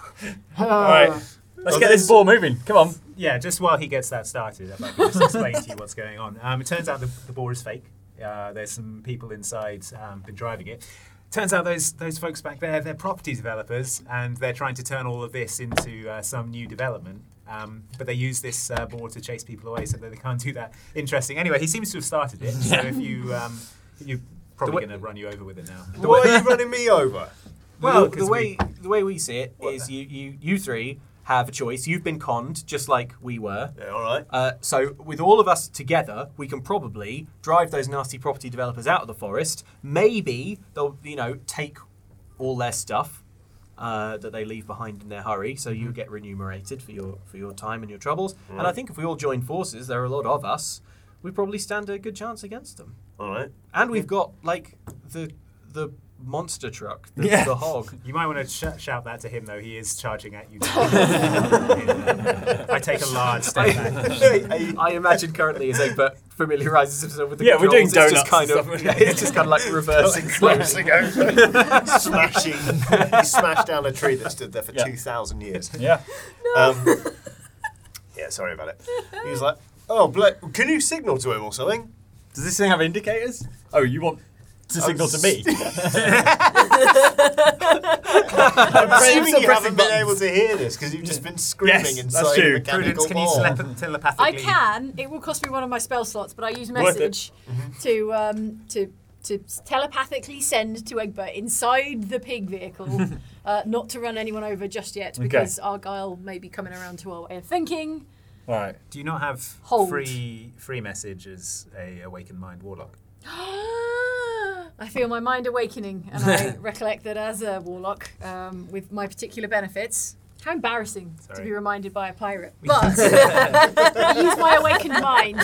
S4: All right. Let's get Oh, this ball moving. Come on.
S2: Yeah, just while he gets that started, I might just explain to you what's going on. Um, it turns out the, the boar is fake. Uh, there's some people inside um, been driving it. Turns out those those folks back there, they're property developers, and they're trying to turn all of this into uh, some new development. Um, but they use this uh, boar to chase people away, so that they can't do that. Interesting. Anyway, he seems to have started it. So if you um, you probably
S5: way-
S2: going to run you over with it now.
S3: Why are you running me over?
S2: Well,
S5: Well, the,
S2: 'cause
S5: way the way we see it is, you, you you three have a choice. You've been conned, just like we were.
S3: Yeah, all right.
S5: Uh, so with all of us together, we can probably drive those nasty property developers out of the forest. Maybe they'll you know take all their stuff uh, that they leave behind in their hurry, so you get remunerated for your for your time and your troubles. And I think if we all join forces, there are a lot of us. We probably stand a good chance against them.
S3: All right.
S5: And we've got like the the monster truck, the,
S4: Yeah.
S5: the hog.
S2: You might want to sh- shout that to him, though. He is charging at you. I take a large step back.
S5: I, I imagine currently as Egbert familiarises himself with the
S4: Yeah, we're doing
S5: controls, it's just kind
S4: donuts and
S5: of
S4: stuff.
S5: yeah, it's just kind of like
S4: Uh,
S5: reversing slowly.
S3: Closing over. Smashing. He smashed down a tree that stood there for
S4: Yeah.
S3: 2,000 years.
S4: Yeah.
S3: Um, yeah, sorry about it. He was like, oh, Blake, can you signal to him or something?
S4: Does this thing have indicators? Oh, you want to signal to me?
S3: I'm assuming
S4: still
S3: you haven't
S4: pressing
S3: been
S4: buttons.
S3: able to hear this because you've just been screaming
S4: Yes, that's
S3: inside the
S4: true.
S3: mechanical
S2: Prudence, can you
S3: ball.
S2: telep- telepathically?
S6: I can. It will cost me one of my spell slots, but I use
S4: Worth it.
S6: message to um, to to telepathically send to Egbert inside the pig vehicle, uh, not to run anyone over just yet
S4: Okay.
S6: because Argyle may be coming around to our way of thinking.
S4: All right.
S2: Do you not have
S6: Hold.
S2: free free message as a awakened mind warlock?
S6: I feel my mind awakening, and I recollect that as a warlock, um, with my particular benefits, How embarrassing to
S2: Sorry.
S6: be reminded by a pirate. But I use my awakened mind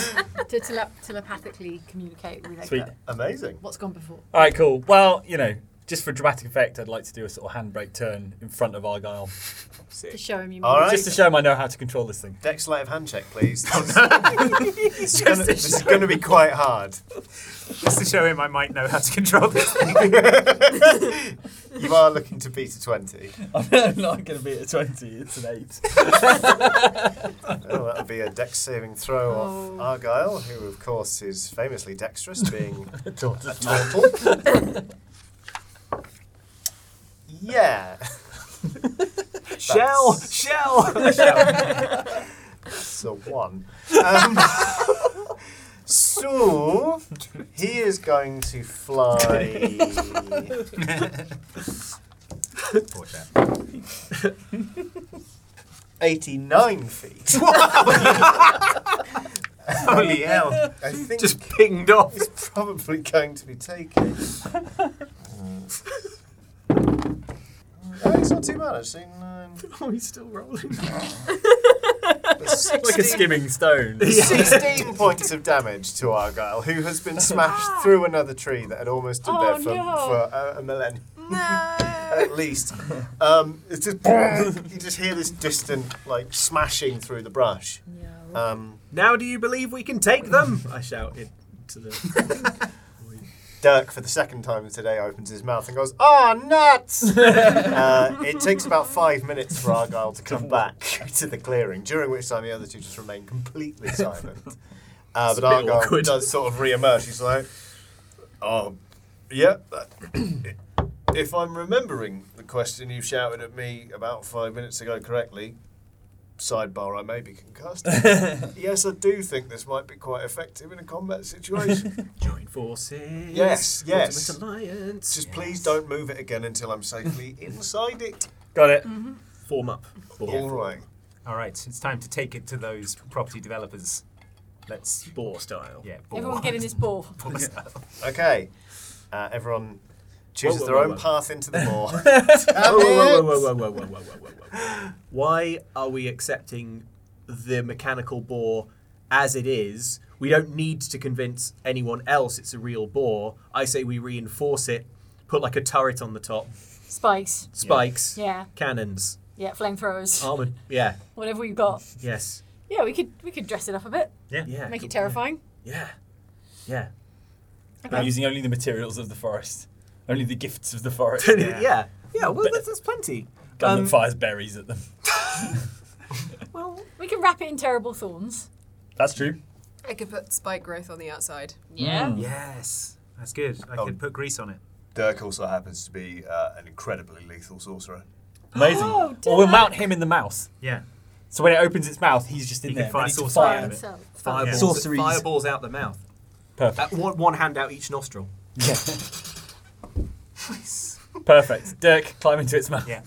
S6: to tele- telepathically communicate with
S4: Sweet.
S6: Edgar.
S3: Amazing.
S6: What's gone before?
S4: All right, cool. Well, you know, just for dramatic effect, I'd like to do a sort of handbrake turn in front of Argyle,
S6: To show him you
S3: All right.
S4: just to show him I know how to control this thing.
S3: Dex sleight of hand check, please. this is gonna- this is going to be quite hard.
S2: Just to show him I might know how to control this thing.
S3: You are looking to beat a 20.
S4: I'm not going to be at a twenty. It's an eight.
S3: Oh, that'll be a dex saving throw off Argyle, who, of course, is famously dexterous, being a turtle. yeah.
S5: Shell, shell.
S3: So one. Um, so he is going to fly.
S2: Poor chap.
S3: 89 feet.
S2: Holy hell.
S3: I think
S5: Just pinged off.
S3: it's probably going to be taken. Uh, Oh, it's not too bad, um, actually. Nine.
S5: Oh, he's still rolling.
S4: like a skimming stone.
S3: 16 points of damage to Argyle, who has been smashed through another tree that had almost stood
S6: Oh,
S3: there for,
S6: no.
S3: for a, a millennium. At least. Um, it's just, you just hear this distant, like, smashing through the brush. Um,
S5: Now do you believe we can take them? I shouted to the.
S3: Dirk, for the second time today, opens his mouth and goes, Oh, nuts! uh, it takes about five minutes for Argyle to come back to the clearing, during which time the other two just remain completely silent. Uh, but
S5: a bit
S3: Argyle
S5: awkward.
S3: does sort of re emerge. He's like, Oh, yeah. that- if I'm remembering the question you shouted at me about five minutes ago correctly, sidebar, I may be concussed. yes, I do think this might be quite effective in a combat situation.
S5: Join forces.
S3: Yes, yes.
S5: Ultimate alliance.
S3: Just please don't move it again until I'm safely inside it.
S4: Got it.
S5: form up.
S3: All right.
S2: All right, it's time to take it to those property developers. Let's.
S5: Boar style.
S2: Yeah, bore.
S6: Everyone get in this ball.
S2: Bore style.
S3: Okay. Uh, everyone chooses
S5: Whoa, whoa,
S3: their
S5: whoa,
S3: own
S5: whoa.
S3: path into the moor.
S5: Whoa, whoa, whoa, whoa, whoa, whoa, whoa, whoa, whoa, whoa, whoa. Why are we accepting the mechanical boar as it is? We don't need to convince anyone else it's a real boar. I say we reinforce it, put like a turret on the top,
S6: Spikes.
S5: spikes,
S6: Yeah.
S5: cannons,
S6: Yeah, flamethrowers.
S5: armored. Yeah,
S6: Whatever you got.
S5: yes,
S6: Yeah, we could we could dress it up a bit.
S5: yeah,
S6: Make it terrifying.
S5: yeah, yeah,
S4: I'm using only the materials of the forest, only the gifts of the forest.
S5: yeah. yeah. well, that's, that's plenty.
S4: Gun
S5: Um,
S4: that fires berries at them.
S6: Well, we can wrap it in terrible thorns.
S4: That's true.
S7: I could put spike growth on the outside.
S6: Yeah.
S2: Yes, that's good. I
S3: Oh.
S2: could put grease on it.
S3: Dirk also happens to be uh, an incredibly lethal sorcerer.
S4: Amazing.
S6: Oh,
S4: or we'll
S6: duh.
S4: mount him in the mouth.
S2: Yeah.
S4: So when it opens its mouth, he's just in
S2: He
S4: there.
S2: can fire
S4: ready to
S2: sorcery
S4: fire.
S2: out of it.
S6: So,
S5: Fireballs,
S4: Sorceries.
S5: fireballs out the mouth.
S4: Perfect.
S5: Uh, one, one hand out each nostril.
S4: Perfect. Dirk, climb into its mouth.
S2: Yeah.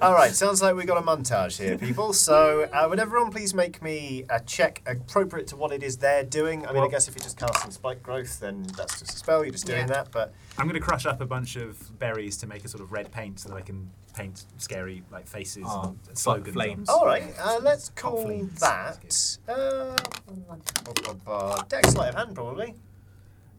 S3: All right, sounds like we got a montage here, people. So uh, would everyone please make me a check appropriate to what it is they're doing? I mean, I
S2: Well-
S3: guess if you're just casting spike growth, then that's just a spell. You're just doing
S7: Yeah.
S3: that, but
S2: I'm going to crush up a bunch of berries to make a sort of red paint so that I can paint scary like faces
S5: Oh,
S2: and slogans.
S5: like
S2: on-
S5: flames.
S3: All right, uh, let's call
S2: Hopefully.
S3: that uh, oh, Dex sleight of hand, probably.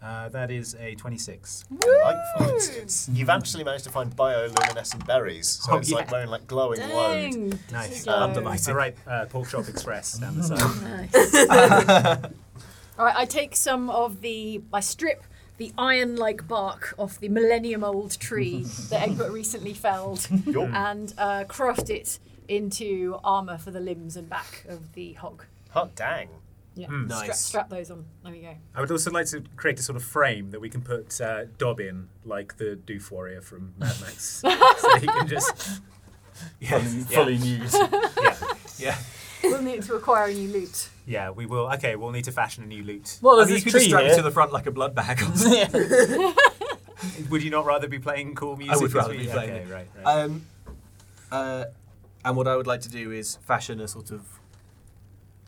S2: Uh, that is a 26.
S3: Like, for instance, you've actually managed to find bioluminescent berries, so
S2: Oh,
S3: it's like
S2: yeah.
S3: wearing like glowing load.
S6: dang. this
S2: Nice.
S6: is
S3: Um,
S6: your-
S2: I write uh, Pork Chop Express down the side.
S6: All right, I take some of the. I strip the iron-like bark off the millennium-old tree that Egbert recently felled, and uh, craft it into armor for the limbs and back of the hog.
S3: Hot dang!
S6: Yeah,
S3: Hmm.
S6: strap,
S5: Nice.
S6: strap those on. There we go.
S2: I would also like to create a sort of frame that we can put uh, Dob in, like the Doof Warrior from Mad Max. so he can just.
S4: Fully, fully nude.
S2: Yeah.
S6: We'll need to acquire a new loot.
S2: Yeah, we will. Okay, we'll need to fashion a new loot.
S4: Well,
S5: I
S4: there's
S5: mean, you
S4: this
S5: could
S4: tree
S5: just strap
S4: here.
S5: it to the front like a blood bag.
S2: Would you not rather be playing cool music?
S5: would
S2: as
S5: rather
S2: we-
S5: be playing
S2: Okay,
S5: it.
S2: right, right.
S5: Um, uh, and what I would like to do is fashion a sort of.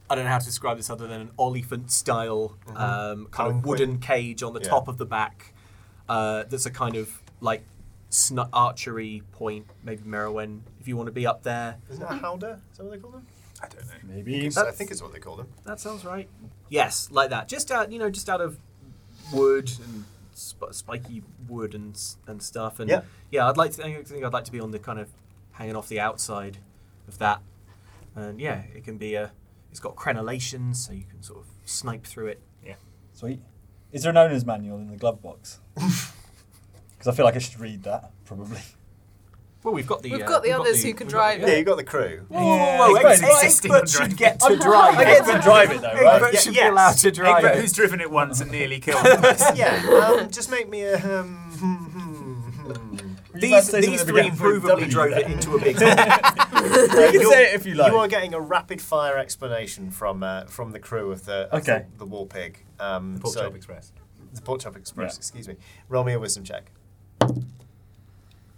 S5: I don't know how to describe this other than an oliphant style um, kind of
S3: Mm-hmm. Palanquin.
S5: wooden cage on the
S3: Yeah.
S5: top of the back uh, that's a kind of like snu- archery point, maybe Merowyn, if you want to be up there.
S3: Isn't it a howdah? Is that what they call them? I don't know.
S4: Maybe. Uh,
S3: So I think it's what they call them.
S5: That sounds right. Yes, like that. Just out, you know, just out of wood and sp- spiky wood and s- and stuff. And
S3: Yeah.
S5: I'd like to. I think I'd like to be on the kind of hanging off the outside of that. And yeah, it can be a. It's got crenellations, so you can sort of snipe through it.
S4: Sweet. Is there an owner's manual in the glove box? Because I feel like I should read that, probably.
S5: Well, we've got the.
S7: We've
S5: uh,
S7: got the
S5: we've
S7: others who can
S5: we've
S7: drive
S3: Yeah,
S7: it.
S3: you got the crew.
S5: Whoa, whoa, whoa!
S4: Yeah,
S5: ex-
S4: it's
S5: Expert should get to
S4: I
S5: drive.
S4: get to drive it, though, right?
S5: Expert should be allowed to drive
S2: Egbert,
S5: it.
S2: who's driven it once and nearly killed it.
S3: yeah, um, just make me a. Um, hmm, hmm, hmm.
S4: Were you about
S5: These,
S4: to say
S5: these
S4: something that
S5: three
S4: began with W
S5: provably drove
S4: there?
S5: it into a big hole.
S4: You can
S3: You're-
S4: say it if you like.
S3: You are getting a rapid fire explanation from uh, from the crew of the of
S4: Okay.
S3: the, the Wall Pig. Um,
S2: Pork
S3: so-
S2: Chop Express.
S3: The Pork Chop Express,
S4: Yeah.
S3: excuse me. Roll me a wisdom check.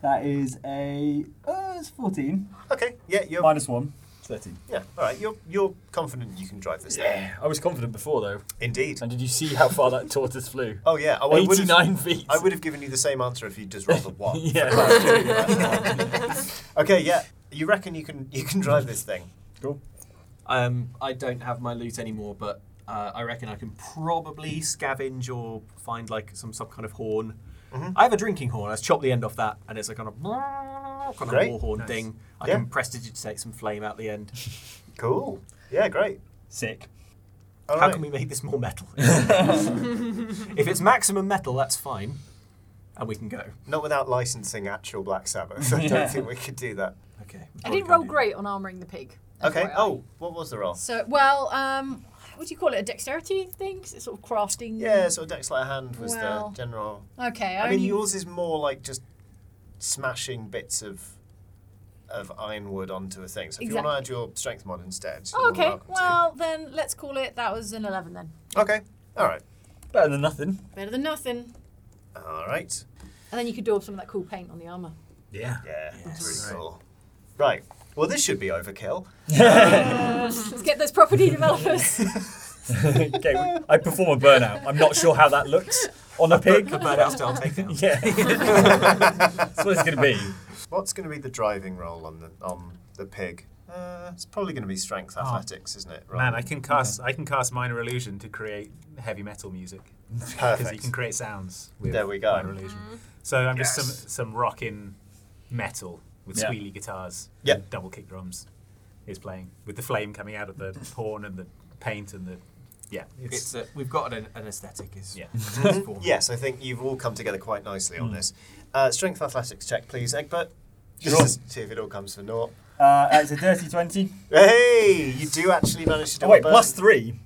S4: That is a uh, it's 14
S3: Okay, yeah, you're.
S4: minus one. 13.
S3: Yeah, all right, you're, you're confident you can drive this thing.
S4: I was confident before though.
S3: Indeed.
S4: And did you see how far that tortoise flew?
S3: Oh, yeah. Oh, I would've-
S4: 89 feet.
S3: I would have given you the same answer if you just rolled a one.
S4: yeah.
S3: Okay, yeah. You reckon you can you can drive this thing?
S4: cool.
S5: Um, I don't have my loot anymore, but uh, I reckon I can probably scavenge or find like some some kind of horn.
S3: Mm-hmm.
S5: I have a drinking horn. I chop the end off that, and it's a kind of kind
S3: Great.
S5: of war horn
S2: Nice.
S5: thing. I
S3: Yeah.
S5: can prestidigitate some flame out the end.
S3: Cool. Yeah, great.
S4: Sick.
S3: All
S5: How
S3: right.
S5: can we make this more metal? if it's maximum metal, that's fine, and we can go.
S3: Not without licensing actual Black Sabbath. I
S4: Yeah.
S3: don't think we could do that.
S5: Okay.
S6: I did roll great on armoring the pig.
S3: Okay.
S6: FYI.
S3: Oh, what was the roll?
S6: So, well, um, what do you call it? A dexterity thing? 'Cause It's sort of crafting.
S3: Yeah, so Dex Like Hand was
S6: Well,
S3: the general.
S6: Okay.
S3: I
S6: I
S3: mean,
S6: only-
S3: yours is more like just smashing bits of of ironwood onto a thing. So if you want to add
S6: Exactly.
S3: your strength mod instead,
S6: Oh,
S3: you're more than
S6: okay.
S3: welcome to.
S6: Well, then let's call it. That was an 11 then.
S3: Okay. All right.
S4: Better than nothing.
S6: Better than nothing.
S3: All right.
S6: And then you could daub some of that cool paint on the armor.
S2: Yeah.
S3: Yeah, it's really cool. Right. Well, this should be overkill.
S6: Let's get those property developers.
S4: okay, I perform a burnout. I'm not sure how that looks on a pig.
S5: The birdhouse I'll take down.
S4: Yeah. That's what it's going to be.
S3: What's going to be the driving roll on the on the pig? Uh, it's probably going to be
S4: Oh.
S3: strength athletics, isn't it?
S2: Man,
S3: Rather
S2: I can cast I can cast minor illusion to create heavy metal music
S3: than-
S2: because you
S3: perfect.
S2: can create sounds. With
S3: There we go.
S2: Minor illusion. So I'm just
S3: Yes.
S2: some some rocking metal with
S4: Yeah.
S2: squealy guitars,
S3: Yeah.
S2: and double kick drums is playing with the flame coming out of the horn and the paint and the yeah.
S5: It's uh, we've got an, an aesthetic. Is
S2: Yeah.
S3: Yes, I think you've all come together quite nicely
S4: Hmm.
S3: on this. Uh, strength athletics check, please, Egbert. Just
S4: Sure.
S3: to see if it all comes for naught.
S4: Uh, it's a dirty 20.
S3: Hey, you do actually manage to do
S4: Oh, wait,
S3: a burn.
S4: plus three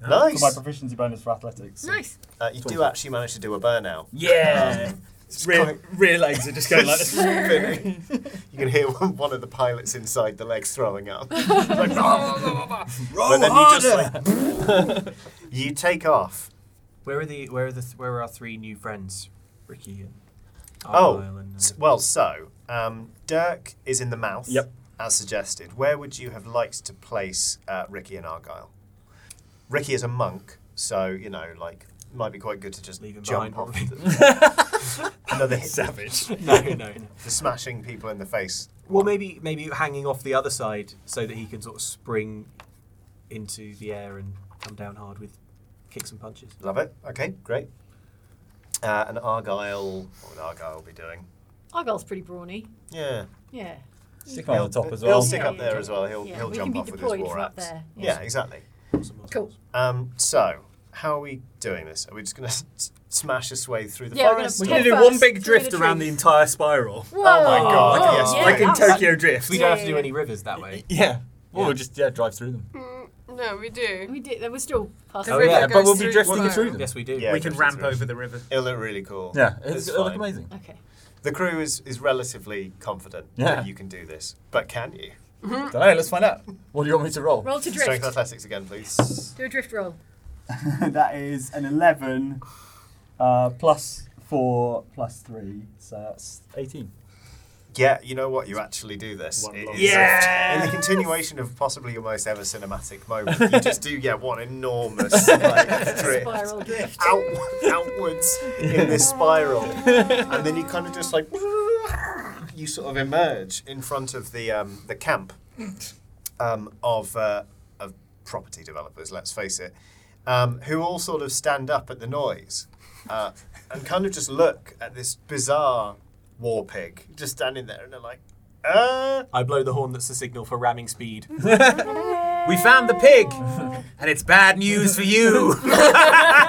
S4: for
S3: Nice.
S4: my proficiency bonus for athletics. so-
S6: nice.
S3: Uh, you do actually manage to do a burnout.
S4: Yeah. rear,
S3: quite-
S4: rear legs are just going like this.
S3: Spinning. you can hear one one of the pilots inside the legs throwing up. It's like, "Rah, rah, rah, rah, rah." but then you just like you take off.
S5: Where are the where are the th- where are our three new friends, Ricky and
S3: Oh,
S5: Argyle and, uh,
S3: s- well, so um, Dirk is in the mouth.
S4: Yep.
S3: As suggested, where would you have liked to place uh, Ricky and Argyle? Ricky is a monk, so you know, like, might be quite good to just
S5: Leave him
S3: jump off.
S5: behind,
S3: the- Another hit,
S4: Savage.
S5: no, no, no.
S3: the smashing people in the face.
S5: Well, maybe maybe hanging off the other side so that he can sort of spring into the air and come down hard with kicks and punches.
S3: Love it. Okay, great. Uh, and Argyle, what would Argyle be doing?
S6: Argyle's pretty brawny.
S3: Yeah,
S6: Yeah.
S4: Stick him on the top as well.
S3: He'll stick
S6: Yeah.
S3: up there as well. He'll
S6: Yeah,
S3: he'll
S6: we
S3: jump
S6: can be
S3: off with his
S6: deployed
S3: war
S6: from up
S3: axe.
S6: there, yeah.
S3: yeah, exactly.
S5: Awesome, awesome,
S6: Cool.
S5: awesome.
S3: Um, so, how are we doing this? Are we just going to smash a sway through the
S6: Yeah, we're gonna
S3: forest?
S4: We're
S6: We're
S4: going
S6: gonna
S4: to
S6: do
S4: do
S6: Well, one
S4: one
S6: first,
S4: big
S6: big drift
S4: drift
S6: through the
S4: around
S6: around
S4: the
S6: the
S4: entire spiral.
S6: Whoa.
S3: Oh my God, yes,
S6: yeah,
S4: like in
S6: that's-
S4: Tokyo Drift.
S5: We don't have to do any rivers that way.
S4: Yeah. Or
S5: Yeah.
S4: we'll just yeah, drive through them.
S7: No, we do.
S6: We did. There was still past.
S7: The
S5: Oh,
S7: river
S5: yeah,
S4: but
S7: goes
S4: we'll be
S7: through
S4: drifting
S7: the
S4: through
S7: road.
S4: them.
S5: Yes, we do.
S3: Yeah.
S2: we can
S3: it's-
S2: ramp
S3: it's-
S2: over the river.
S3: It'll look really cool.
S4: Yeah, it's, it'll look
S3: fine.
S4: amazing.
S6: Okay.
S3: The crew is, is relatively confident
S4: Yeah.
S3: that you can do this, but can you?
S4: Don't know, let's find out. What do you want me to
S6: Roll to drift.
S3: Strength athletics again, please.
S6: Do a drift roll.
S4: that is an 11 uh, plus 4 plus 3, so that's 18.
S3: Yeah, you know what? You actually do this.
S2: One
S3: It
S2: long
S3: is-
S4: Yeah!
S3: In the continuation of possibly your most ever cinematic moment, you just do yeah one enormous like, drift.
S6: Spiral drift.
S3: out, outwards in this spiral, and then you kind of just like you sort of emerge in front of the um, the camp um, of uh, of property developers. Let's face it, um, who all sort of stand up at the noise uh, and kind of just look at this bizarre war pig just standing there, and they're like, "Uh,
S5: I blow the horn that's the signal for ramming speed.
S9: We found the pig, and it's bad news for you.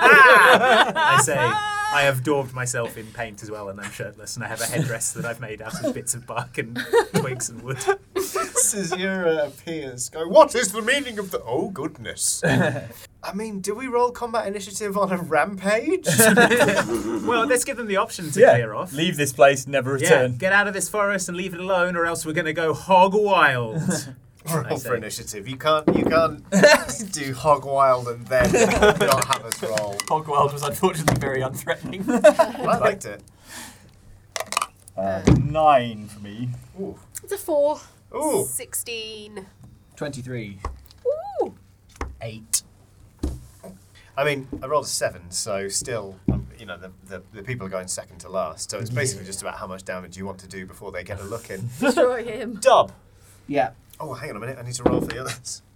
S2: I say, I have daubed myself in paint as well, and I'm shirtless, and I have a headdress that I've made out of bits of bark and twigs and wood.
S3: this is your uh, peers going, what is the meaning of the. Oh, goodness. I mean, do we roll combat initiative on a rampage?
S2: Well, let's give them the option to clear off.
S4: Leave this place, never
S2: yeah,
S4: return.
S2: get out of this forest and leave it alone, or else we're going to go hog wild.
S3: roll
S2: say.
S3: for initiative. You can't, you can't do hog wild and then not have us roll.
S5: Hogwild was unfortunately very unthreatening.
S3: I liked it.
S4: Uh, nine for me.
S3: Ooh.
S1: It's a four.
S3: Ooh.
S10: 16.
S5: 23.
S1: Ooh.
S5: 8.
S3: I mean, I rolled a seven, so still, um, you know, the, the, the people are going second to last. So it's basically just about how much damage you want to do before they get a look in.
S6: Destroy him.
S3: Dub.
S5: Yeah.
S3: Oh, hang on a minute. I need to roll for the others.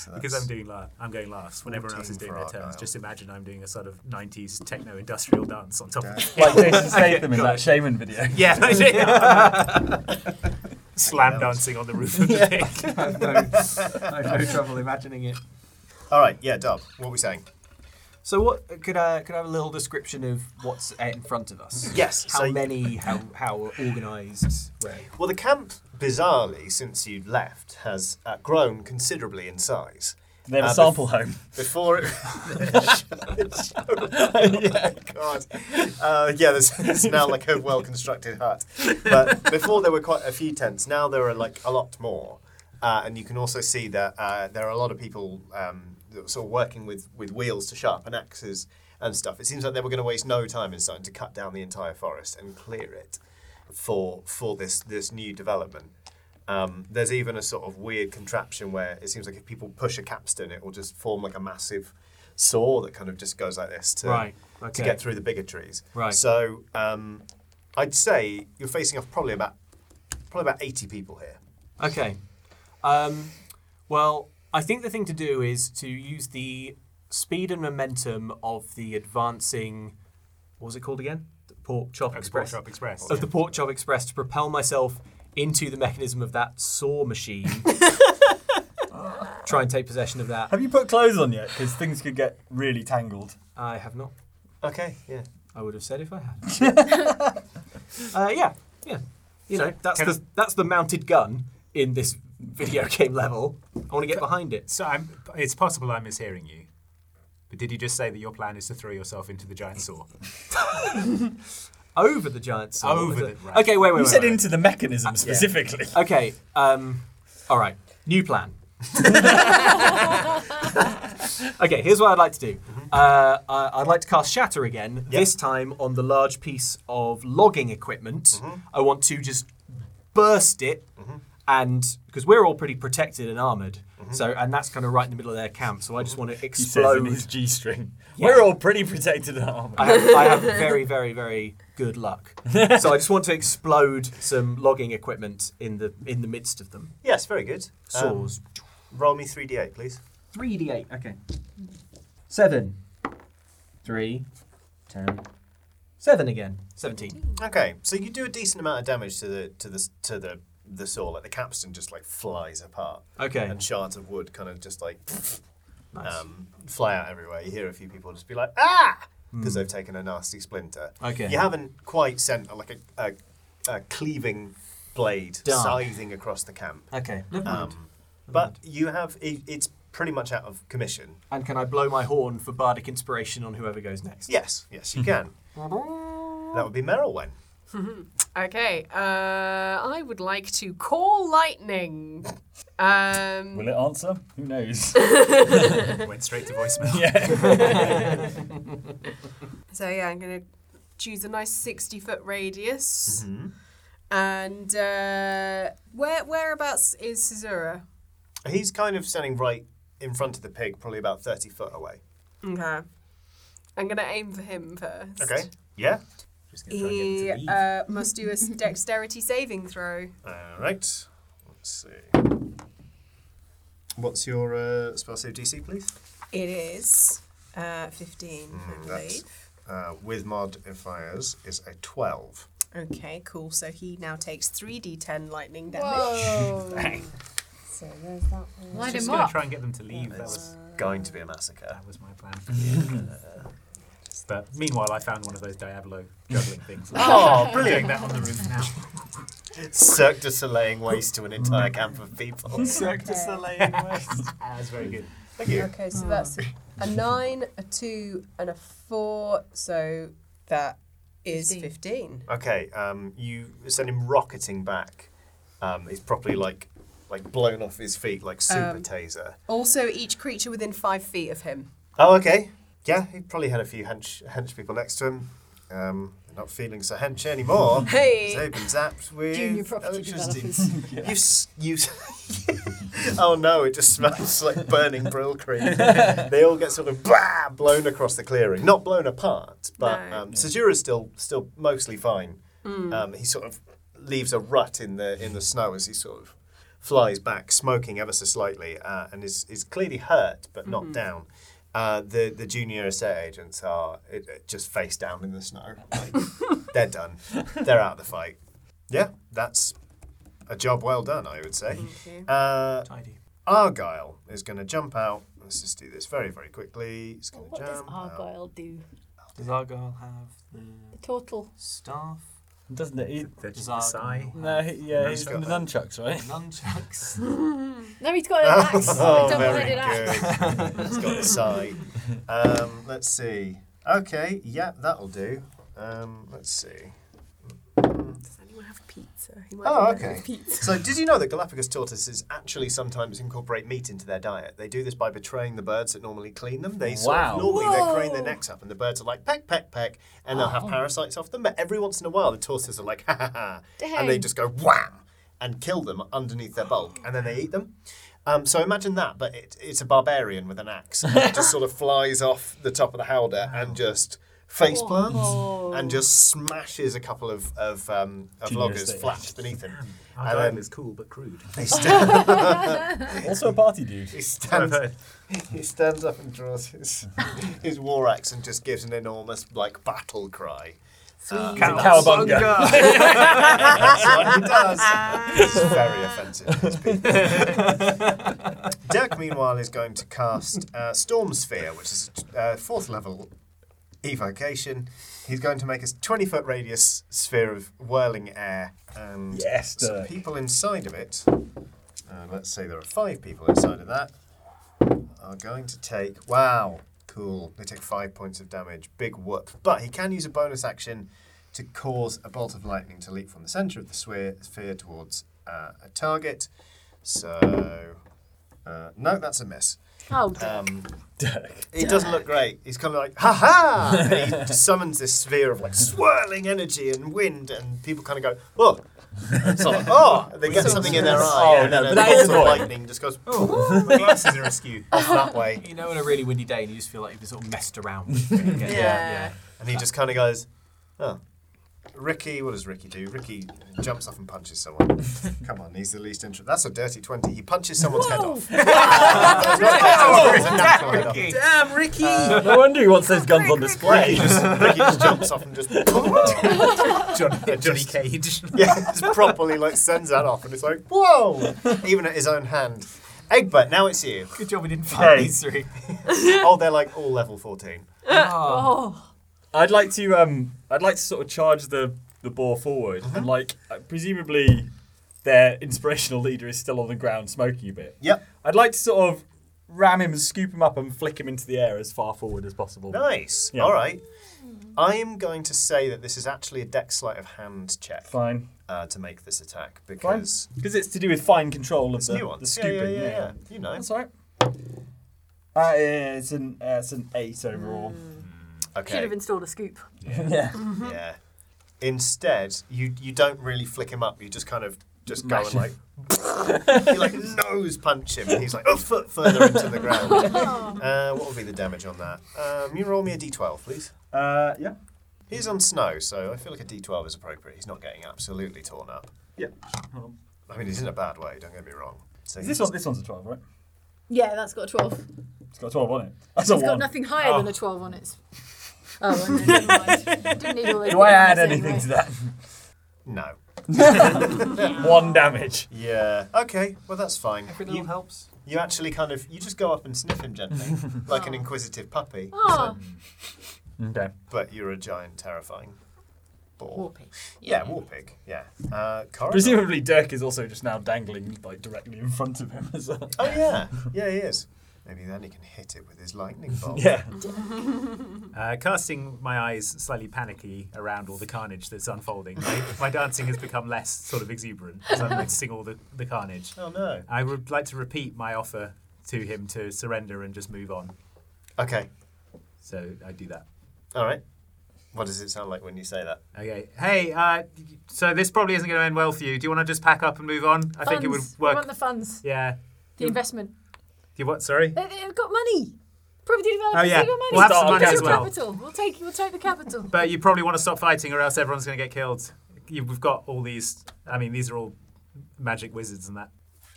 S3: Okay, so
S2: Because
S3: that's-
S2: I'm doing la- I'm going last when everyone else is
S3: 14
S2: doing
S3: for
S2: their turns.
S3: Argyle.
S2: Just imagine I'm doing a sort of 90s techno industrial dance on top of it.
S4: Like Jason Statham in that Shaman video.
S2: Yeah, I did. Slam dancing on the roof of the pig.
S9: I have no, I have no trouble imagining it.
S3: All right, yeah, Dub. What are we saying?
S5: So what could I could I have a little description of what's uh, in front of us?
S3: Yes,
S5: How
S3: so-
S5: many? How how organised? Where?
S3: Well, the camp, bizarrely, since you left, has uh, grown considerably in size.
S4: They have
S3: Uh,
S4: a
S3: bef-
S4: sample home.
S3: Before it. yeah, God. Uh, yeah, there's, it's now like a well constructed hut. But before there were quite a few tents, now there are like a lot more. Uh, and you can also see that uh, there are a lot of people um, that were sort of working with, with wheels to sharpen axes and stuff. It seems like they were going to waste no time in starting to cut down the entire forest and clear it for for this this new development. Um, there's even a sort of weird contraption where it seems like if people push a capstan, it will just form like a massive saw that kind of just goes like this to
S5: Right,
S3: to
S5: okay.
S3: get through the bigger trees.
S5: Right.
S3: So um, I'd say you're facing off probably about probably about 80 people here.
S5: Okay. Um, well, I think the thing to do is to use the speed and momentum of the advancing. What was it called again? The pork chop express.
S2: Pork Chop Express,
S5: Of the pork chop express to propel myself into the mechanism of that saw machine. Try and take possession of that.
S4: Have you put clothes on yet? Because things could get really tangled.
S5: I have not.
S3: Okay. Yeah.
S5: I would have said if I had. uh, yeah, yeah. You know, that's
S2: Can-
S5: the that's the mounted gun in this video game level. I want to get behind it.
S2: So I'm, it's possible I'm mishearing you. But did you just say that your plan is to throw yourself into the giant saw?
S5: Over the giant sword.
S2: Over the- right.
S5: Okay, wait, wait,
S4: You
S5: wait.
S4: said
S5: wait.
S4: into the mechanism specifically.
S5: Okay. Um, all right. New plan. okay, here's what I'd like to do.
S4: Mm-hmm.
S5: Uh, I- I'd like to cast Shatter again. This time on the large piece of logging equipment.
S4: Mm-hmm.
S5: I want to just burst it, and because we're all pretty protected and armored, so and that's kind of right in the middle of their camp. So I just want to
S4: Mm-hmm. He says in
S5: explode.
S4: his G string.
S5: Yeah.
S4: We're all pretty protected at home.
S5: I have, I have very, very, very good luck. so I just want to explode some logging equipment in the in the midst of them.
S3: Yes. Very good. Um,
S5: Saws.
S3: roll me 3d8, please.
S5: 3d8, okay. 7. 3. 10. 7 again. 17.
S3: Okay. So you do a decent amount of damage to the to the s- to the the saw. Like the capstan just like flies apart.
S5: Okay.
S3: And shards of wood kind of just like
S5: Nice.
S3: um, fly out everywhere. You hear a few people just be like, ah, because they've taken a nasty splinter.
S5: Hmm. Okay.
S3: You haven't quite sent uh, like a, a, a cleaving blade
S5: Darn.
S3: scything across the camp.
S5: okay. Never mind.
S3: Um, but you have, it, it's pretty much out of commission.
S5: and can I blow my horn for bardic inspiration on whoever goes next?
S3: Yes, yes, you can. that would be Merylwen.
S7: Okay, uh, I would like to call lightning. Um,
S4: Will it answer? Who knows?
S2: Went straight to voicemail.
S4: yeah.
S7: So yeah, I'm gonna choose a nice sixty foot radius.
S2: Mm-hmm.
S7: And uh, where whereabouts is Caesura?
S3: He's kind of standing right in front of the pig, probably about 30 foot away.
S7: Okay. I'm gonna aim for him first.
S3: Okay. Yeah.
S2: Just gonna try and get
S7: He
S2: them to leave.
S7: uh, must do a s- dexterity saving throw.
S3: All right. Let's see. What's your uh, spell save DC, please?
S7: It is uh, 15,
S2: Mm,
S7: I
S3: That's
S7: believe.
S3: uh, with modifiers is a twelve.
S7: Okay, cool. So he now takes 3d10 lightning damage.
S1: Whoa.
S7: So there's that one.
S6: Light
S2: Just
S6: him
S2: gonna
S6: up.
S2: try and get them to leave. That was
S3: It's going to be a massacre.
S2: that was my plan.
S6: Mm.
S3: Uh,
S2: but meanwhile, I found one of those Diablo juggling things.
S3: Oh,
S2: Doing that on the roof now.
S3: Cirque du Soleil waste to an entire camp of people.
S4: Cirque du Soleil West.
S2: That's very good.
S3: Thank you.
S7: Okay, so that's a 9, a 2, and a 4. So that is 15.
S3: Okay, um, you send him rocketing back. Um, he's properly like like blown off his feet like super taser.
S7: Also, each creature within 5 feet of him.
S3: Oh, okay. Yeah, he probably had a few hench, hench people next to him. Um, they're not feeling so hench anymore.
S7: Hey.
S3: 'cause They've been zapped with
S6: Junior property
S3: electricity.
S6: developers.
S3: You, s- you. s- oh no! It just smells like burning brill cream. they all get sort of blah blown across the clearing, not blown apart, but
S7: No.
S3: um, Sajura's still still mostly fine.
S6: Hmm.
S3: Um, he sort of leaves a rut in the in the snow as he sort of flies back, smoking ever so slightly, uh, and is is clearly hurt but not
S6: Mm-hmm.
S3: down. Uh, the the junior estate agents are uh, uh, just face down in the snow. Like, they're done. They're out of the fight. Yeah, that's a job well done, I would say. Uh,
S5: Tidy.
S3: Argyle is going to jump out. Let's just do this very, very quickly. He's going to
S6: What does
S3: jump. out.
S6: Argyle do?
S5: Does Argyle have the
S6: The turtle.
S5: staff?
S4: Doesn't it? He,
S2: They're just
S5: Zarg.
S2: sigh.
S4: no, he, yeah, he's
S3: got
S4: in the nunchucks, right?
S5: Nunchucks.
S6: No, he's got an axe.
S3: Oh,
S6: a
S3: very
S6: double-headed axe.
S3: good. He's got the side. Um, let's see. Okay, yeah, that'll do. Um, let's see.
S7: Does anyone have pizza?
S3: Oh, okay. So, did you know that Galapagos tortoises actually sometimes incorporate meat into their diet? They do this by betraying the birds that normally clean them. They sort of,
S4: Wow.
S3: normally they crane their necks up, and the birds are like peck, peck, peck, and they'll have parasites off them. But every once in a while, the tortoises are like ha ha ha, and they
S6: Dang.
S3: just go wham and kill them underneath their bulk, and then they eat them. Um, so imagine that, but it, it's a barbarian with an axe. And it just sort of flies off the top of the howdah and just face plants and just smashes a couple of of, um, of
S4: Genius
S3: loggers
S4: thing.
S3: flat beneath him.
S2: Our
S3: And
S2: diet
S3: then
S2: is cool but crude.
S3: he, sta-
S4: also a party dude.
S3: he
S2: I've
S3: stands
S2: heard.
S3: he stands up and draws his his war axe and just gives an enormous like battle cry. Uh,
S4: Cowabunga.
S3: That's what he does. it's very offensive. to these people. Dirk, meanwhile, is going to cast uh, Storm Sphere, which is uh, fourth level evocation. He's going to make a 20 foot radius sphere of whirling air. And
S4: Yes,
S3: some
S4: Dirk.
S3: people inside of it, uh, let's say there are five people inside of that, are going to take. Wow, cool. They take five points of damage. Big whoop. But he can use a bonus action to cause a bolt of lightning to leap from the center of the sphere, sphere towards uh, a target. So. Uh, no, that's a miss.
S6: Oh,
S3: Um,
S4: Dirk.
S3: it doesn't look great. He's kind of like, ha ha! And he summons this sphere of like swirling energy and wind, and people kind of go, oh. And it's like, oh! And they get something in their eye,
S4: Oh,
S3: and
S4: no,
S3: then
S4: but that
S3: a
S4: is
S3: bolt of
S4: annoying.
S3: lightning just goes
S2: My glasses are askew.
S3: off that way.
S5: You know, on a really windy day, and you just feel like you've been sort of messed around. With it again.
S7: Yeah.
S3: And he just kind of goes, oh. Ricky, what does Ricky do? Ricky jumps off and punches someone. Come on, he's the least interested. That's a dirty 20. He punches someone's head off. That's not a dirty 20, it's a natural head off.
S9: Damn, Ricky!
S4: No wonder he wants those guns
S3: Ricky
S4: on display.
S3: just, Ricky just jumps off and just.
S2: Johnny, Johnny
S3: Just-
S2: Cage.
S3: yeah, it's properly like sends that off, and it's like, whoa! Even at his own hand. Egbert, now it's you.
S5: Good job we didn't find
S4: Hey.
S5: these three.
S3: Oh, they're like all level 14.
S5: Oh.
S4: I'd like to um I'd like to sort of charge the the boar forward
S3: Uh-huh.
S4: and like uh, presumably their inspirational leader is still on the ground smoking a bit.
S3: Yep.
S4: I'd like to sort of ram him and scoop him up and flick him into the air as far forward as possible.
S3: Nice.
S4: Yeah.
S3: All right. I am going to say that this is actually a deck sleight of hand check
S4: Fine.
S3: uh, to make this attack
S4: Fine.
S3: because
S4: Because it's to do with fine control of
S3: it's
S4: the,
S3: new ones.
S4: the scooping.
S3: yeah, yeah, yeah, yeah. You know.
S4: That's all right. Uh, yeah, it's an uh, it's an eight overall.
S3: Okay.
S6: should have installed a scoop.
S1: Mm.
S4: yeah.
S3: Yeah. Instead, you you don't really flick him up. You just kind of just go and like you like nose punch him, and he's like a foot further into the ground. Uh, what would be the damage on that? Um, you roll me a d12, please.
S4: Uh, yeah.
S3: He's on snow, so I feel like a D12 is appropriate. He's not getting absolutely torn up.
S4: Yeah.
S3: I mean, he's in a bad way, don't get me wrong. So
S4: Is this
S3: he's-
S4: one? This one's a twelve, right?
S1: Yeah, that's got a 12.
S4: It's got a twelve on it. That's a
S1: It's got
S4: one.
S1: nothing higher than a 12 on it. Oh, well, no, never mind. Didn't need all those
S4: Do I add
S1: numbers
S4: anything
S1: anyway.
S4: to that?
S3: No.
S4: one damage.
S3: Yeah. Okay, well, that's fine.
S5: Every little
S3: You,
S5: helps.
S3: you actually kind of, you just go up and sniff him gently, like an inquisitive puppy.
S1: Ah,
S4: Okay.
S3: But you're a giant, terrifying boar.
S1: War pig.
S3: Yeah, war pig. Yeah. Uh, Coronal.
S4: Presumably, Dirk is also just now dangling like directly in front of him as well.
S3: Oh yeah, yeah, he is. Maybe then he can hit it with his lightning bolt.
S4: Yeah.
S2: Uh, casting my eyes slightly panically around all the carnage that's unfolding, my, my dancing has become less sort of exuberant as I'm noticing all the, the carnage.
S3: Oh no.
S2: I would like to repeat my offer to him to surrender and just move on.
S3: Okay.
S2: So I do that.
S3: All right. What does it sound like when you say that?
S2: Okay. Hey, uh, so this probably isn't going to end well for you. Do you want to just pack up and move on? I think it would
S1: funds. We
S2: work.
S1: want the funds,
S2: yeah.
S1: the investment.
S2: You what? Sorry.
S1: They, have got money. Property developers,
S2: Oh, yeah.
S1: they've got money.
S2: We'll have some
S4: money
S1: Capital,
S4: as well.
S1: Capital. We'll take, we'll take the capital.
S2: But you probably want to stop fighting, or else everyone's going to get killed. You, we've got all these. I mean, these are all magic wizards and that.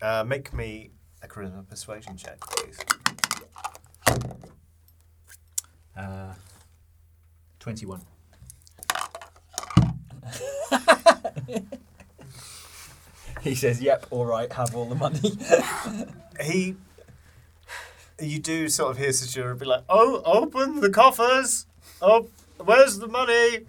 S3: Uh, make me a charisma persuasion check, please.
S2: Uh, Twenty-one.
S4: He says, "Yep, all right, have all the money."
S3: He. You do sort of hear Sajura be like, "Oh, open the coffers! Oh, where's the money?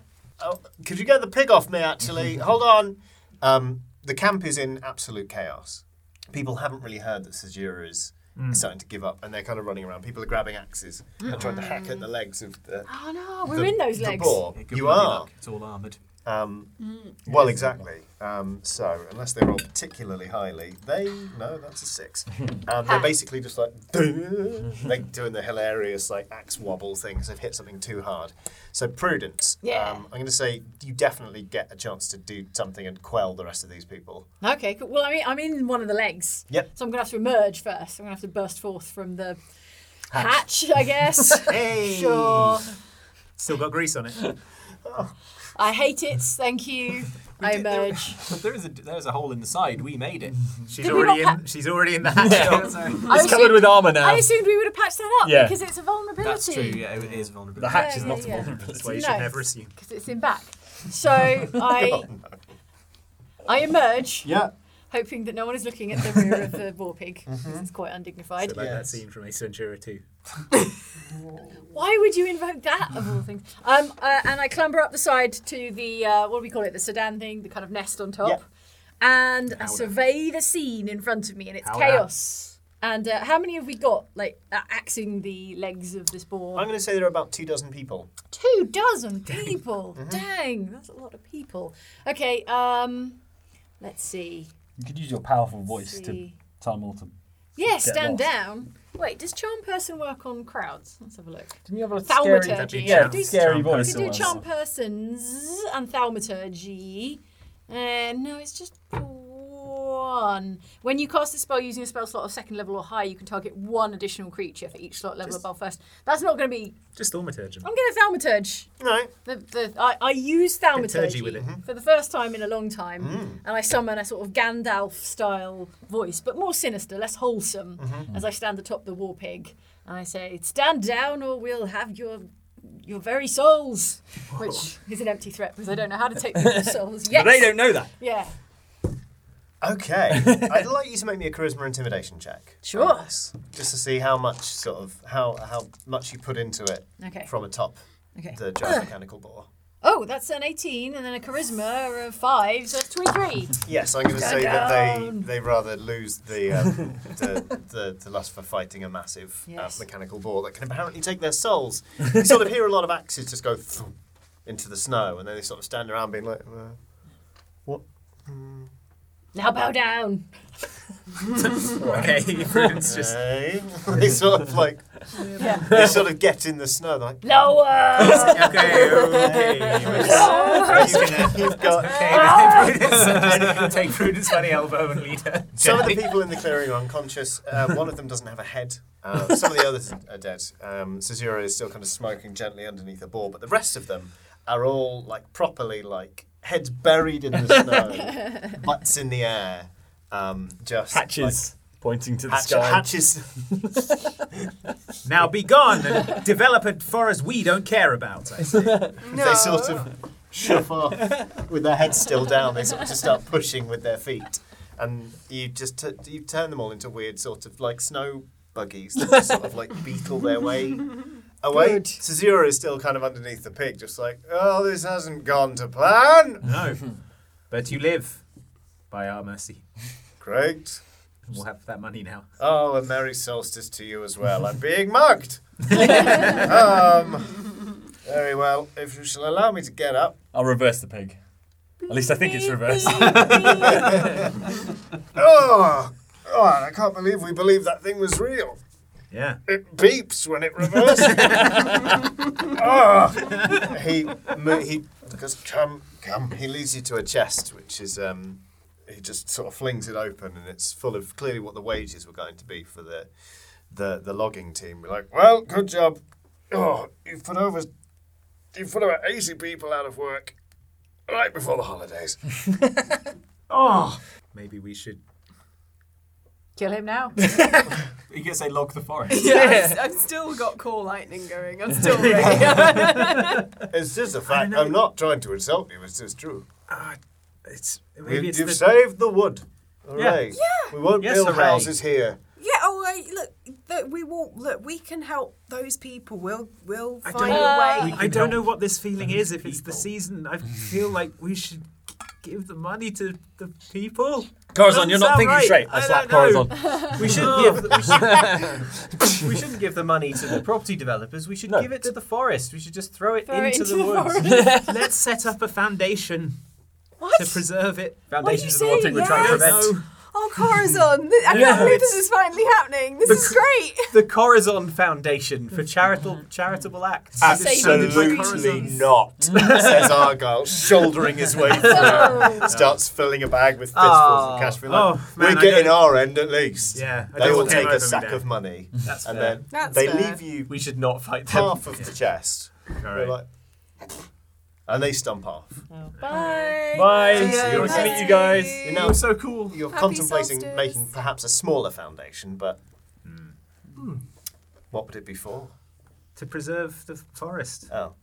S3: Oh, could you get the pig off me? Actually, hold on." Um, the camp is in absolute chaos. People haven't really heard that Sajura is starting to give up, and they're kind of running around. People are grabbing axes and trying to hack at the legs of the.
S1: Oh, no, we're
S3: the-
S1: in those
S3: the
S1: legs.
S3: boar.
S5: Yeah, good
S3: You
S5: bloody
S3: are.
S5: luck. It's all armoured.
S3: Um,
S1: Mm,
S3: well, exactly. Um, so, unless they roll particularly highly, they no, that's a six. Um, they're basically just like like doing the hilarious like axe wobble things. They've hit something too hard. So prudence.
S1: Yeah.
S3: Um, I'm going to say you definitely get a chance to do something and quell the rest of these people.
S1: Okay, cool. Well, I mean, I'm in one of the legs.
S3: Yep.
S1: So I'm going to have to emerge first. I'm going to have to burst forth from the hatch, I guess.
S2: Hey.
S1: sure.
S2: Still got grease on it.
S1: I hate it. Thank you. I
S5: did- there-
S1: emerge.
S5: there is a there's a hole in the side. We made it.
S2: She's
S1: Did we
S2: already
S1: not
S2: in. She's already in the hatch.
S1: I
S4: He's covered
S1: assumed-
S4: with armor now.
S1: I assumed we would have patched that up
S4: Yeah.
S1: because it's a vulnerability.
S5: That's true. Yeah, it is vulnerable.
S4: The hatch
S1: Yeah,
S4: is
S1: yeah,
S4: not a
S1: yeah.
S4: vulnerability.
S2: That's why you
S1: No.
S2: should never assume.
S1: Because it's in back. So I, I emerge,
S3: Yeah.
S1: hoping that no one is looking at the rear of the boar pig. This is quite undignified.
S2: Like that
S3: Yes.
S2: scene from Ace Ventura 2.
S1: Why would you invoke that of all things? Um, uh, and I clamber up the side to the uh, what do we call it? The sedan thing, the kind of nest on top, and I
S2: Howdah.
S1: survey the scene in front of me, and it's
S2: Howdah.
S1: chaos. And uh, how many have we got? Like uh, axing the legs of this boar?
S3: I'm going to say there are about two dozen people.
S1: Two dozen people. Dang, that's a lot of people. Okay. Um, let's see.
S4: You could use your powerful voice to
S1: see.
S4: tell them all to.
S1: Yeah,
S4: Get
S1: stand
S4: lost.
S1: down. Wait, does charm person work on crowds? Let's have a look.
S4: Didn't you have a
S1: Thaumaturgy.
S4: scary,
S2: be
S4: yeah,
S2: charm-
S4: scary
S2: charm
S4: voice?
S1: You can do
S4: or
S1: charm
S4: whatever?
S1: persons and thaumaturgy. Uh, no, it's just one. When you cast a spell using a spell slot of second level or higher, you can target one additional creature for each slot level above first. That's not going to be.
S2: Just thaumaturgy.
S1: I'm going to thaumaturge.
S3: No.
S1: The, the, I, I use
S2: Liturgy
S1: thaumaturgy
S2: with it.
S4: Mm-hmm.
S1: for the first time in a long time,
S4: Mm.
S1: and I summon a sort of Gandalf style voice, but more sinister, less wholesome,
S4: Mm-hmm.
S1: as I stand atop the war pig. And I say, Stand down, or we'll have your your very souls, which is an empty threat because I don't know how to take people's souls
S4: But
S1: yet.
S4: they don't know that.
S1: Yeah.
S3: Okay. I'd like you to make me a charisma intimidation check.
S1: Sure.
S3: on this, Just to see how much sort of how how much you put into it
S1: Okay.
S3: from atop
S1: Okay.
S3: the giant mechanical boar.
S1: Oh, that's an 18 and then a charisma of 5, so that's 23.
S3: Yes, I'm going to say that they they rather lose the um, the, the the lust for fighting a massive
S1: Yes.
S3: uh, mechanical boar that can apparently take their souls. You sort of hear a lot of axes just go thump into the snow, and then they sort of stand around being like, uh, "What?
S1: Now bow down.
S2: Okay, Prudence just.
S3: eh?" they sort of like
S1: Yeah.
S3: they sort of get in the snow. They're like,
S1: Lower.
S2: Okay, okay. You can, uh,
S3: "You've got."
S2: Okay, Prudence. Take Prudence by the elbow and lead her.
S3: Some of the people in the clearing are unconscious. Uh, one of them doesn't have a head. Um, Uh, some of the others are dead. Um, Caesura is still kind of smoking gently underneath a ball, but the rest of them are all like properly like heads buried in the snow, butts in the air, um, just
S4: Hatches pointing to the
S3: like, hatch-
S4: sky.
S3: hatches.
S9: Now be gone and develop a forest we don't care about. I say.
S3: They sort of shove off with their heads still down. They sort of just start pushing with their feet, and you just t- you turn them all into weird sort of like snow buggies that just sort of like beetle their way. Away. Sazura is still kind of underneath the pig, just like, oh, this hasn't gone to plan.
S9: No, but you live by our mercy.
S3: Great.
S9: We'll have that money now.
S3: Oh, a merry solstice to you as well. I'm being mugged. um, very well. If you shall allow me to get up.
S4: I'll reverse the pig. At least I think it's reversed.
S3: Oh, oh, I can't believe we believed that thing was real.
S9: Yeah.
S3: It beeps when it reverses. oh, he mo- he goes, come, come. He leads you to a chest, which is um, he just sort of flings it open, and it's full of clearly what the wages were going to be for the the the logging team. We're like, well, good job. Oh, you've put over you've put about eighty people out of work right before the holidays.
S9: Maybe we should.
S6: Kill him now.
S5: You can say log the forest.
S7: I've, I've still got core lightning going. I'm still ready.
S3: It's just a fact. I'm not trying to insult you. It's just true.
S9: Ah, It's maybe
S3: You,
S9: it's
S3: have
S9: the-
S3: saved the wood. Hooray. We won't
S9: Yes,
S3: build
S9: hooray.
S3: houses here.
S10: Yeah. Oh, wait, look. That we will look. We can help those people. We'll we'll
S9: I
S10: find
S9: don't-
S10: a way.
S5: We
S9: I
S5: can
S9: don't
S5: help
S9: know what this feeling is. If it's the
S5: people.
S9: season, I feel like we should give the money to the people.
S4: Corazon, you're
S9: Doesn't sound
S4: not thinking
S9: right.
S4: straight.
S9: I
S4: I slap
S9: don't know.
S4: Corazon.
S5: We shouldn't give. We, should, we shouldn't give the money to the property developers. We should
S4: No.
S5: give it to the forest. We should just throw it,
S6: Throw
S5: into,
S6: it into the
S5: the, woods.
S9: Let's set up a foundation to preserve it.
S5: Foundations
S10: What
S5: are
S10: are
S5: the
S10: you
S5: one thing we're trying to
S10: saying?
S5: prevent.
S7: oh, Corazon! th- I can't
S4: Yeah.
S7: believe this is finally happening. This is great.
S5: The Corazon Foundation for charitable charitable acts.
S3: Absolutely not, says Argyle, shouldering his way through. Starts filling a bag with fistfuls
S5: Oh.
S3: of cash. We're,
S9: Oh,
S3: like,
S9: man,
S3: we're
S9: I
S3: getting
S9: don't-
S3: our end at least.
S9: Yeah, I
S3: They
S9: don't
S3: will
S9: want him
S3: take
S9: over
S3: a
S9: me
S3: sack
S9: there.
S3: of money.
S5: That's
S3: and
S5: fair.
S3: then
S7: That's
S3: they
S7: fair.
S3: leave you
S5: We should not fight them.
S3: half of the chest.
S9: All
S3: We're
S9: right.
S3: like, and they stump off.
S7: Mm.
S1: Bye.
S4: Bye.
S3: you
S4: Nice to
S3: again.
S4: meet you guys.
S3: You're now so cool. You're contemplating
S7: solstice.
S3: making perhaps a smaller foundation, but
S9: Hmm.
S3: what would it be for?
S9: to preserve the forest
S3: Oh,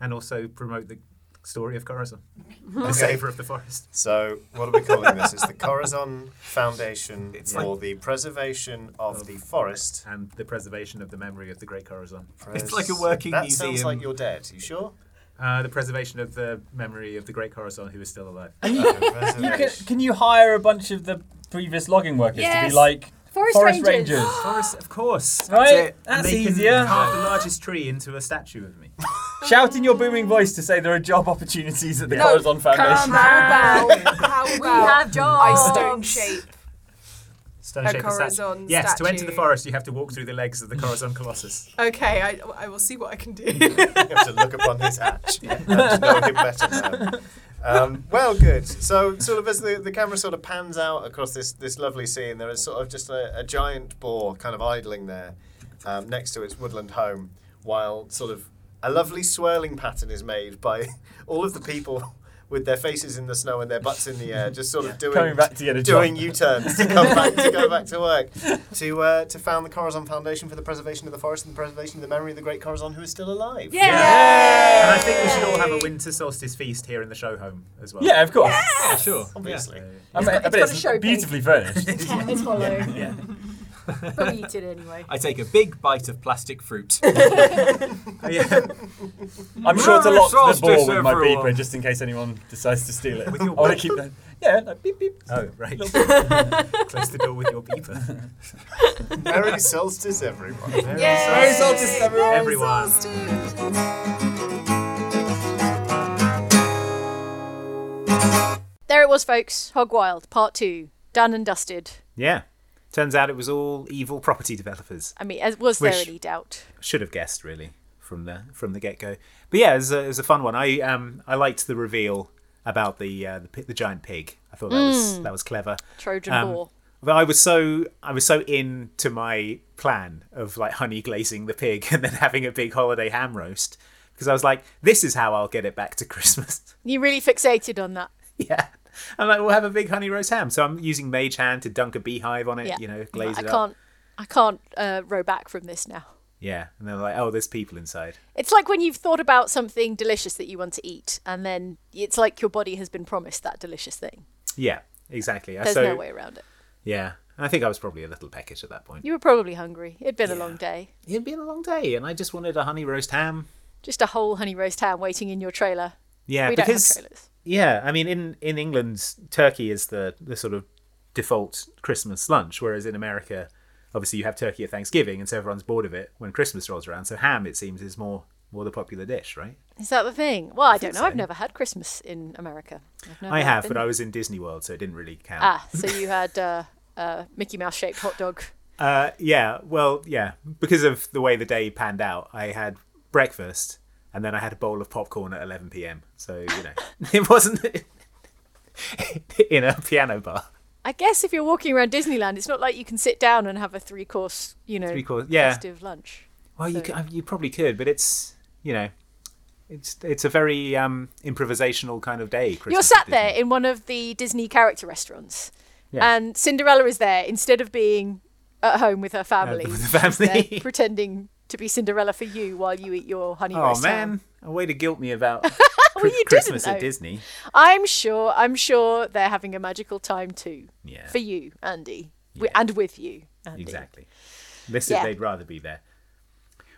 S9: and also promote the story of Corazon, the saver of the forest.
S3: so what are we calling this? It's the Corazon Foundation
S5: It's
S3: for
S5: like-
S3: the preservation of the forest.
S9: and the preservation of the memory of the great Corazon.
S5: It's like a working
S3: that sounds
S5: museum.
S3: like you're dead. You sure?
S9: Uh, the preservation of the memory of the great Corazon who is still alive.
S4: You can,
S3: Preservation.
S4: can you hire a bunch of the previous logging workers to
S6: Yes.
S4: be like
S6: Forest,
S4: forest
S6: rangers.
S4: rangers?
S9: forest, of course. And
S4: right? That's
S9: they can
S4: easier.
S9: carve the largest tree into a statue of me.
S4: Shout in your booming voice to say there are job opportunities at the Corazon Foundation.
S7: Um, How about? How about?
S6: have
S7: I
S6: jobs.
S7: stone shape.
S9: Stone
S7: A
S9: shape of statue.
S7: Corazon
S9: Yes, to enter the
S7: statue.
S9: forest, you have to walk through the legs of the Corazon Colossus.
S7: Okay, I, I will see what I can do.
S3: you have to look upon his hatch and know him better now. Um, well, good. So, sort of as the, the camera sort of pans out across this, this lovely scene, there is sort of just a, a giant boar kind of idling there um, next to its woodland home, while sort of a lovely swirling pattern is made by all of the people with their faces in the snow and their butts in the air, just sort of doing
S4: Coming back to get a job.
S3: doing U-turns to come back to go back to work to uh, to found the Corazon Foundation for the preservation of the forest and the preservation of the memory of the great Corazon who is still alive.
S6: Yeah.
S9: And I think we should all have a winter solstice feast here in the show home as well.
S4: Yeah, of course.
S5: Yeah, sure.
S3: Obviously.
S4: I bet, I bet
S6: got a
S4: it's
S6: show pig.
S4: beautifully furnished.
S6: It's hollow. But we eat it anyway.
S5: I take a big bite of plastic fruit.
S9: Yeah.
S4: I'm sure to lock the
S5: Solstice,
S4: ball with my
S5: everyone.
S4: beeper just in case anyone decides to steal it.
S9: With your
S4: I want
S9: what?
S4: to keep that. Yeah, like beep beep.
S9: Oh, right.
S4: Little
S9: Close the door with your beeper.
S3: Merry solstice, everyone.
S9: Merry solstice,
S4: everyone.
S9: everyone.
S1: There it was, folks. Hog Wild, part two. Done and dusted.
S2: Yeah. Turns out it was all evil property developers.
S1: I mean, as- was there
S2: Wish-
S1: any doubt?
S2: should have guessed really from the from the get go. But yeah, it was, a, it was a fun one. I um I liked the reveal about the uh, the, pi- the giant pig. I thought that was that was clever.
S1: Mm. Trojan
S2: Um,
S1: boar.
S2: But I was so I was so into my plan of like honey glazing the pig and then having a big holiday ham roast. because I was like, this is how I'll get it back to Christmas.
S1: You really fixated on that.
S2: yeah. I'm like, we'll have a big honey roast ham. So I'm using mage hand to dunk a beehive on it,
S1: yeah.
S2: you know, glaze
S1: I
S2: it up.
S1: can't. I can't uh, row back from this now.
S2: Yeah. And they're like, oh, there's people inside.
S1: It's like when you've thought about something delicious that you want to eat, and then it's like your body has been promised that delicious thing.
S2: Yeah, exactly.
S1: There's
S2: so,
S1: no way around it.
S2: Yeah. And I think I was probably a little peckish at that point.
S1: You were probably hungry. It'd been a long day.
S2: It'd been a long day, and I just wanted a honey roast ham.
S1: Just a whole honey roast ham waiting in your trailer.
S2: Yeah,
S1: we
S2: because
S1: don't have trailers.
S2: yeah, I mean, in in England, turkey is the the sort of default Christmas lunch, whereas in America, obviously you have turkey at Thanksgiving, and so everyone's bored of it when Christmas rolls around. So ham, it seems, is more more the popular dish, right?
S1: Is that the thing? Well, I, don't
S2: think
S1: know.
S2: so.
S1: I've never had Christmas in America. I've never
S2: I have,
S1: been
S2: but
S1: there.
S2: I was in Disney World, so it didn't really count.
S1: Ah, so you had uh, uh, Mickey Mouse shaped hot dog.
S2: Uh, yeah, well, yeah, because of the way the day panned out, I had breakfast and then I had a bowl of popcorn at 11 p.m. So you know, it wasn't in a piano bar.
S1: I guess if you're walking around Disneyland, it's not like you can sit down and have a three course, you know,
S2: Three-course- yeah.
S1: festive lunch.
S2: Well, you
S1: So-
S2: c- you probably could, but it's you know, it's it's a very um, improvisational kind of day. Christmas
S1: You're sat
S2: at
S1: there
S2: Disney.
S1: in one of the Disney character restaurants,
S2: Yeah.
S1: and Cinderella is there instead of being at home with her family,
S2: with the
S1: she's there
S2: family.
S1: pretending to be Cinderella for you while you eat your honey
S2: Oh
S1: roast ham.
S2: man, a way to guilt me about
S1: you didn't,
S2: Christmas
S1: though.
S2: at Disney.
S1: I'm sure. I'm sure they're having a magical time too.
S2: Yeah.
S1: For you, Andy, wi- and with you, Andy.
S2: Exactly. This
S1: Yeah.
S2: is they'd rather be there.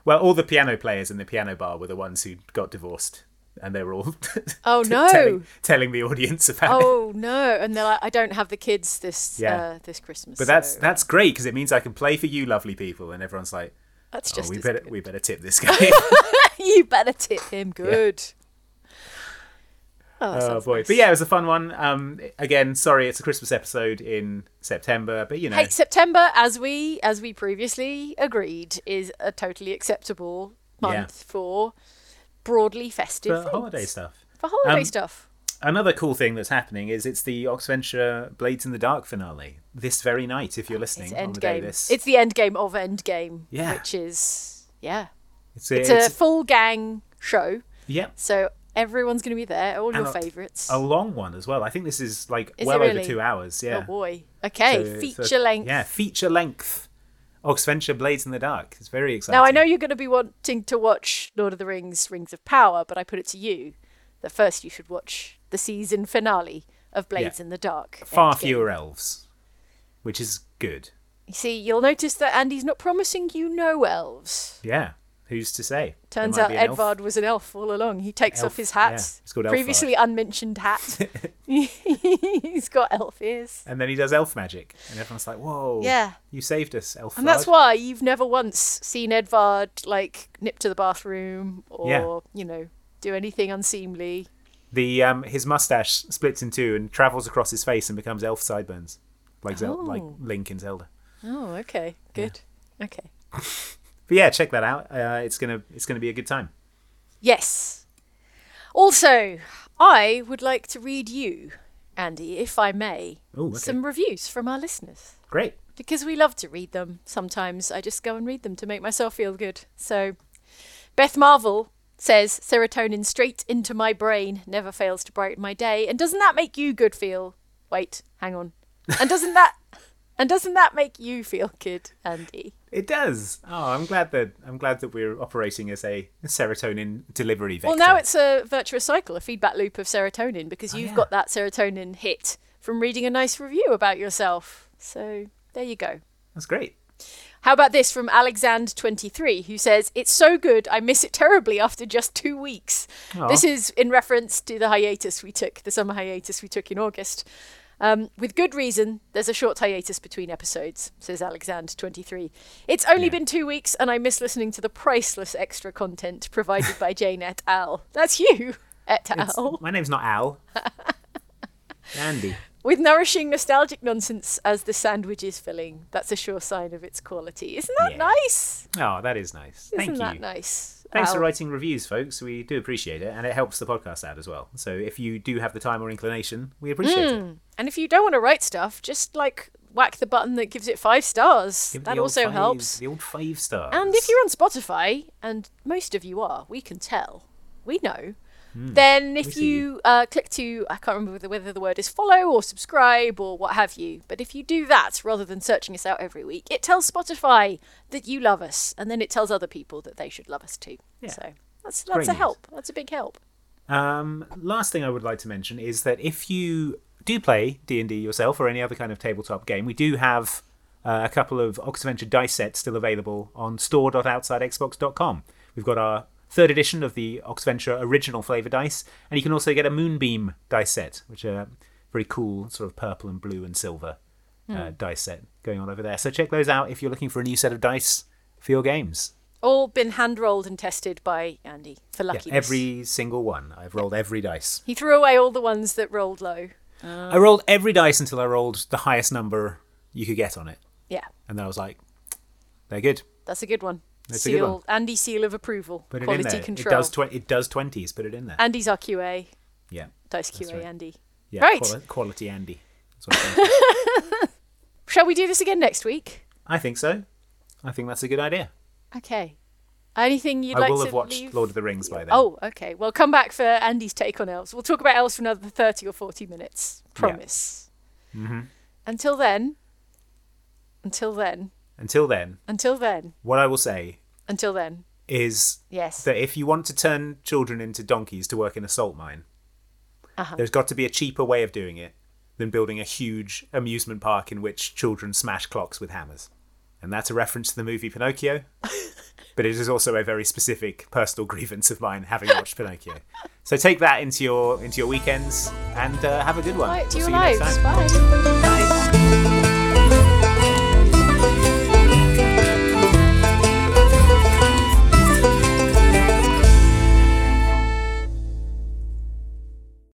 S2: Well, all the piano players in the piano bar were the ones who got divorced, and they were all
S1: Oh,
S2: t-
S1: no.
S2: telling, telling the audience about it.
S1: Oh no! And they're like, I don't have the kids this
S2: Yeah.
S1: uh, this Christmas.
S2: But that's
S1: so
S2: that's great because it means I can play for you, lovely people, and everyone's like,
S1: that's
S2: "Oh,
S1: just
S2: we
S1: as
S2: better
S1: good.
S2: we better tip this guy."
S1: you better tip him good. Oh, that
S2: oh
S1: sounds
S2: boy!
S1: nice.
S2: But yeah, it was a fun one. Um, again, sorry, it's a Christmas episode in September, but you know,
S1: Hey, September, as we as we previously agreed, is a totally acceptable month
S2: Yeah.
S1: for broadly festive
S2: for
S1: things.
S2: holiday stuff.
S1: For holiday
S2: Um,
S1: stuff.
S2: Another cool thing that's happening is it's the Oxventure Blades in the Dark finale this very night. If you're listening
S1: It's
S2: on
S1: end
S2: the day
S1: game.
S2: this,
S1: It's the end game of end game.
S2: Yeah.
S1: Which is yeah.
S2: it's a,
S1: It's,
S2: it's-
S1: a full gang show.
S2: yeah,
S1: So everyone's gonna be there, all your Oh,
S2: a-
S1: favourites.
S2: a long one as well. I think this is like
S1: Is it
S2: well
S1: really?
S2: over two hours. oh, Yeah,
S1: Oh boy. Okay,
S2: So it's a-
S1: feature length.
S2: Yeah, feature length. Oxventure Blades in the Dark. It's very exciting.
S1: Now I know you're going to be wanting to watch Lord of the Rings: Rings of Power, but I put it to you that first you should watch the season finale of Blades
S2: Yeah.
S1: in the Dark.
S2: far
S1: Endgame.
S2: fewer elves, which is good.
S1: You see, you'll notice that Andy's not promising you no elves.
S2: Yeah, who's to say? There
S1: Turns
S2: might
S1: out
S2: be an elf.
S1: Edvard was an elf all along. He takes
S2: Elf,
S1: off his
S2: yeah.
S1: hat,
S2: It's called Elfard.
S1: previously unmentioned hat. He's got elf ears.
S2: and then he does elf magic, and everyone's like, "Whoa,
S1: Yeah.
S2: you saved us, elf."
S1: And that's why you've never once seen Edvard like nip to the bathroom or,
S2: Yeah.
S1: you know, do anything unseemly.
S2: the um, his mustache splits in two and travels across his face and becomes elf sideburns, like Zel- like Link in Zelda.
S1: Oh, okay. Good. Okay.
S2: But yeah, check that out. Uh, it's gonna it's gonna be a good time.
S1: Yes. Also, I would like to read you, Andy, if I may,
S2: Ooh, okay.
S1: some reviews from our listeners
S2: Great.
S1: because we love to read them. Sometimes I just go and read them to make myself feel good. So, Beth Marvel says serotonin straight into my brain never fails to brighten my day. And doesn't that make you good feel? Wait, hang on. And doesn't that and doesn't that make you feel good, Andy?
S2: It does. Oh, I'm glad that I'm glad that we're operating as a serotonin delivery vector. Oh,
S1: Well, now it's a virtuous cycle, a feedback loop of serotonin, because you've
S2: yeah.
S1: got that serotonin hit from reading a nice review about yourself. So there you go.
S2: that's great.
S1: How about this from Alexand23, who says, It's so good, I miss it terribly after just two weeks. This is in reference to the hiatus we took, the summer hiatus we took in August. Um, with good reason, there's a short hiatus between episodes, says Alexand23. It's only been two weeks, and I miss listening to the priceless extra content provided by Jane et al. That's you, et
S2: It's-
S1: al
S2: my name's not Al. Andy.
S1: with nourishing nostalgic nonsense as the sandwich is filling. That's a sure sign of its quality. Isn't that
S2: Yeah.
S1: nice?
S2: Oh, that is nice.
S1: Isn't
S2: Thank you.
S1: that nice?
S2: Thanks for
S1: Al?
S2: writing reviews, folks. We do appreciate it, and it helps the podcast out as well. So if you do have the time or inclination, we appreciate it.
S1: And if you don't want to write stuff, just like whack the button that gives it five stars.
S2: Give it
S1: that
S2: the old
S1: also
S2: fives-
S1: helps.
S2: The old five stars.
S1: And if you're on Spotify, and most of you are, we can tell. we know.
S2: Hmm.
S1: Then, if you uh, click to, I can't remember whether, whether the word is follow or subscribe or what have you, but if you do that rather than searching us out every week, it tells Spotify that you love us, and then it tells other people that they should love us too. So that's that's
S2: Great
S1: a
S2: news.
S1: help. That's a big help.
S2: Um, last thing I would like to mention is that if you do play D and D yourself or any other kind of tabletop game, we do have uh, a couple of Oxventure dice sets still available on store.outsidexbox.com. We've got our third edition of the Oxventure original flavor dice, and you can also get a Moonbeam dice set, which are very cool, sort of purple and blue and silver uh, dice set going on over there. So check those out if you're looking for a new set of dice for your games.
S1: All been hand rolled and tested by Andy for
S2: Yeah,
S1: lucky.
S2: every single one. I've rolled every dice.
S1: He threw away all the ones that rolled low.
S2: I rolled every dice until I rolled the highest number you could get on it.
S1: Yeah,
S2: And then I was like, they're good.
S1: that's a good one.
S2: That's a
S1: seal,
S2: good one.
S1: Andy seal of approval.
S2: Put it
S1: Quality
S2: in there.
S1: control. Uh,
S2: It does, tw- it does 20s. Put it in there.
S1: Andy's our QA.
S2: yeah.
S1: Dice
S2: That's
S1: QA
S2: right.
S1: Andy.
S2: yeah.
S1: Right.
S2: quali- quality Andy. That's what I think.
S1: Shall we do this again next week?
S2: I think so. I think that's a good idea.
S1: Okay. Anything you'd
S2: I
S1: like
S2: will
S1: to
S2: have watched
S1: leave?
S2: Lord of the Rings by then.
S1: Oh, okay. Well, come back for Andy's take on elves. We'll talk about elves for another 30 or 40 minutes. Promise.
S2: Mm-hmm.
S1: Until then. Until then.
S2: Until then,
S1: Until then.
S2: what I will say
S1: Until then.
S2: is
S1: Yes.
S2: that if you want to turn children into donkeys to work in a salt mine,
S1: Uh-huh.
S2: there's got to be a cheaper way of doing it than building a huge amusement park in which children smash clocks with hammers. And that's a reference to the movie Pinocchio, but it is also a very specific personal grievance of mine having watched Pinocchio. So take that into your into your weekends and uh, have a good one.
S1: Right, to
S2: We'll
S1: your
S2: see you next
S1: lives.
S2: time.
S1: Bye.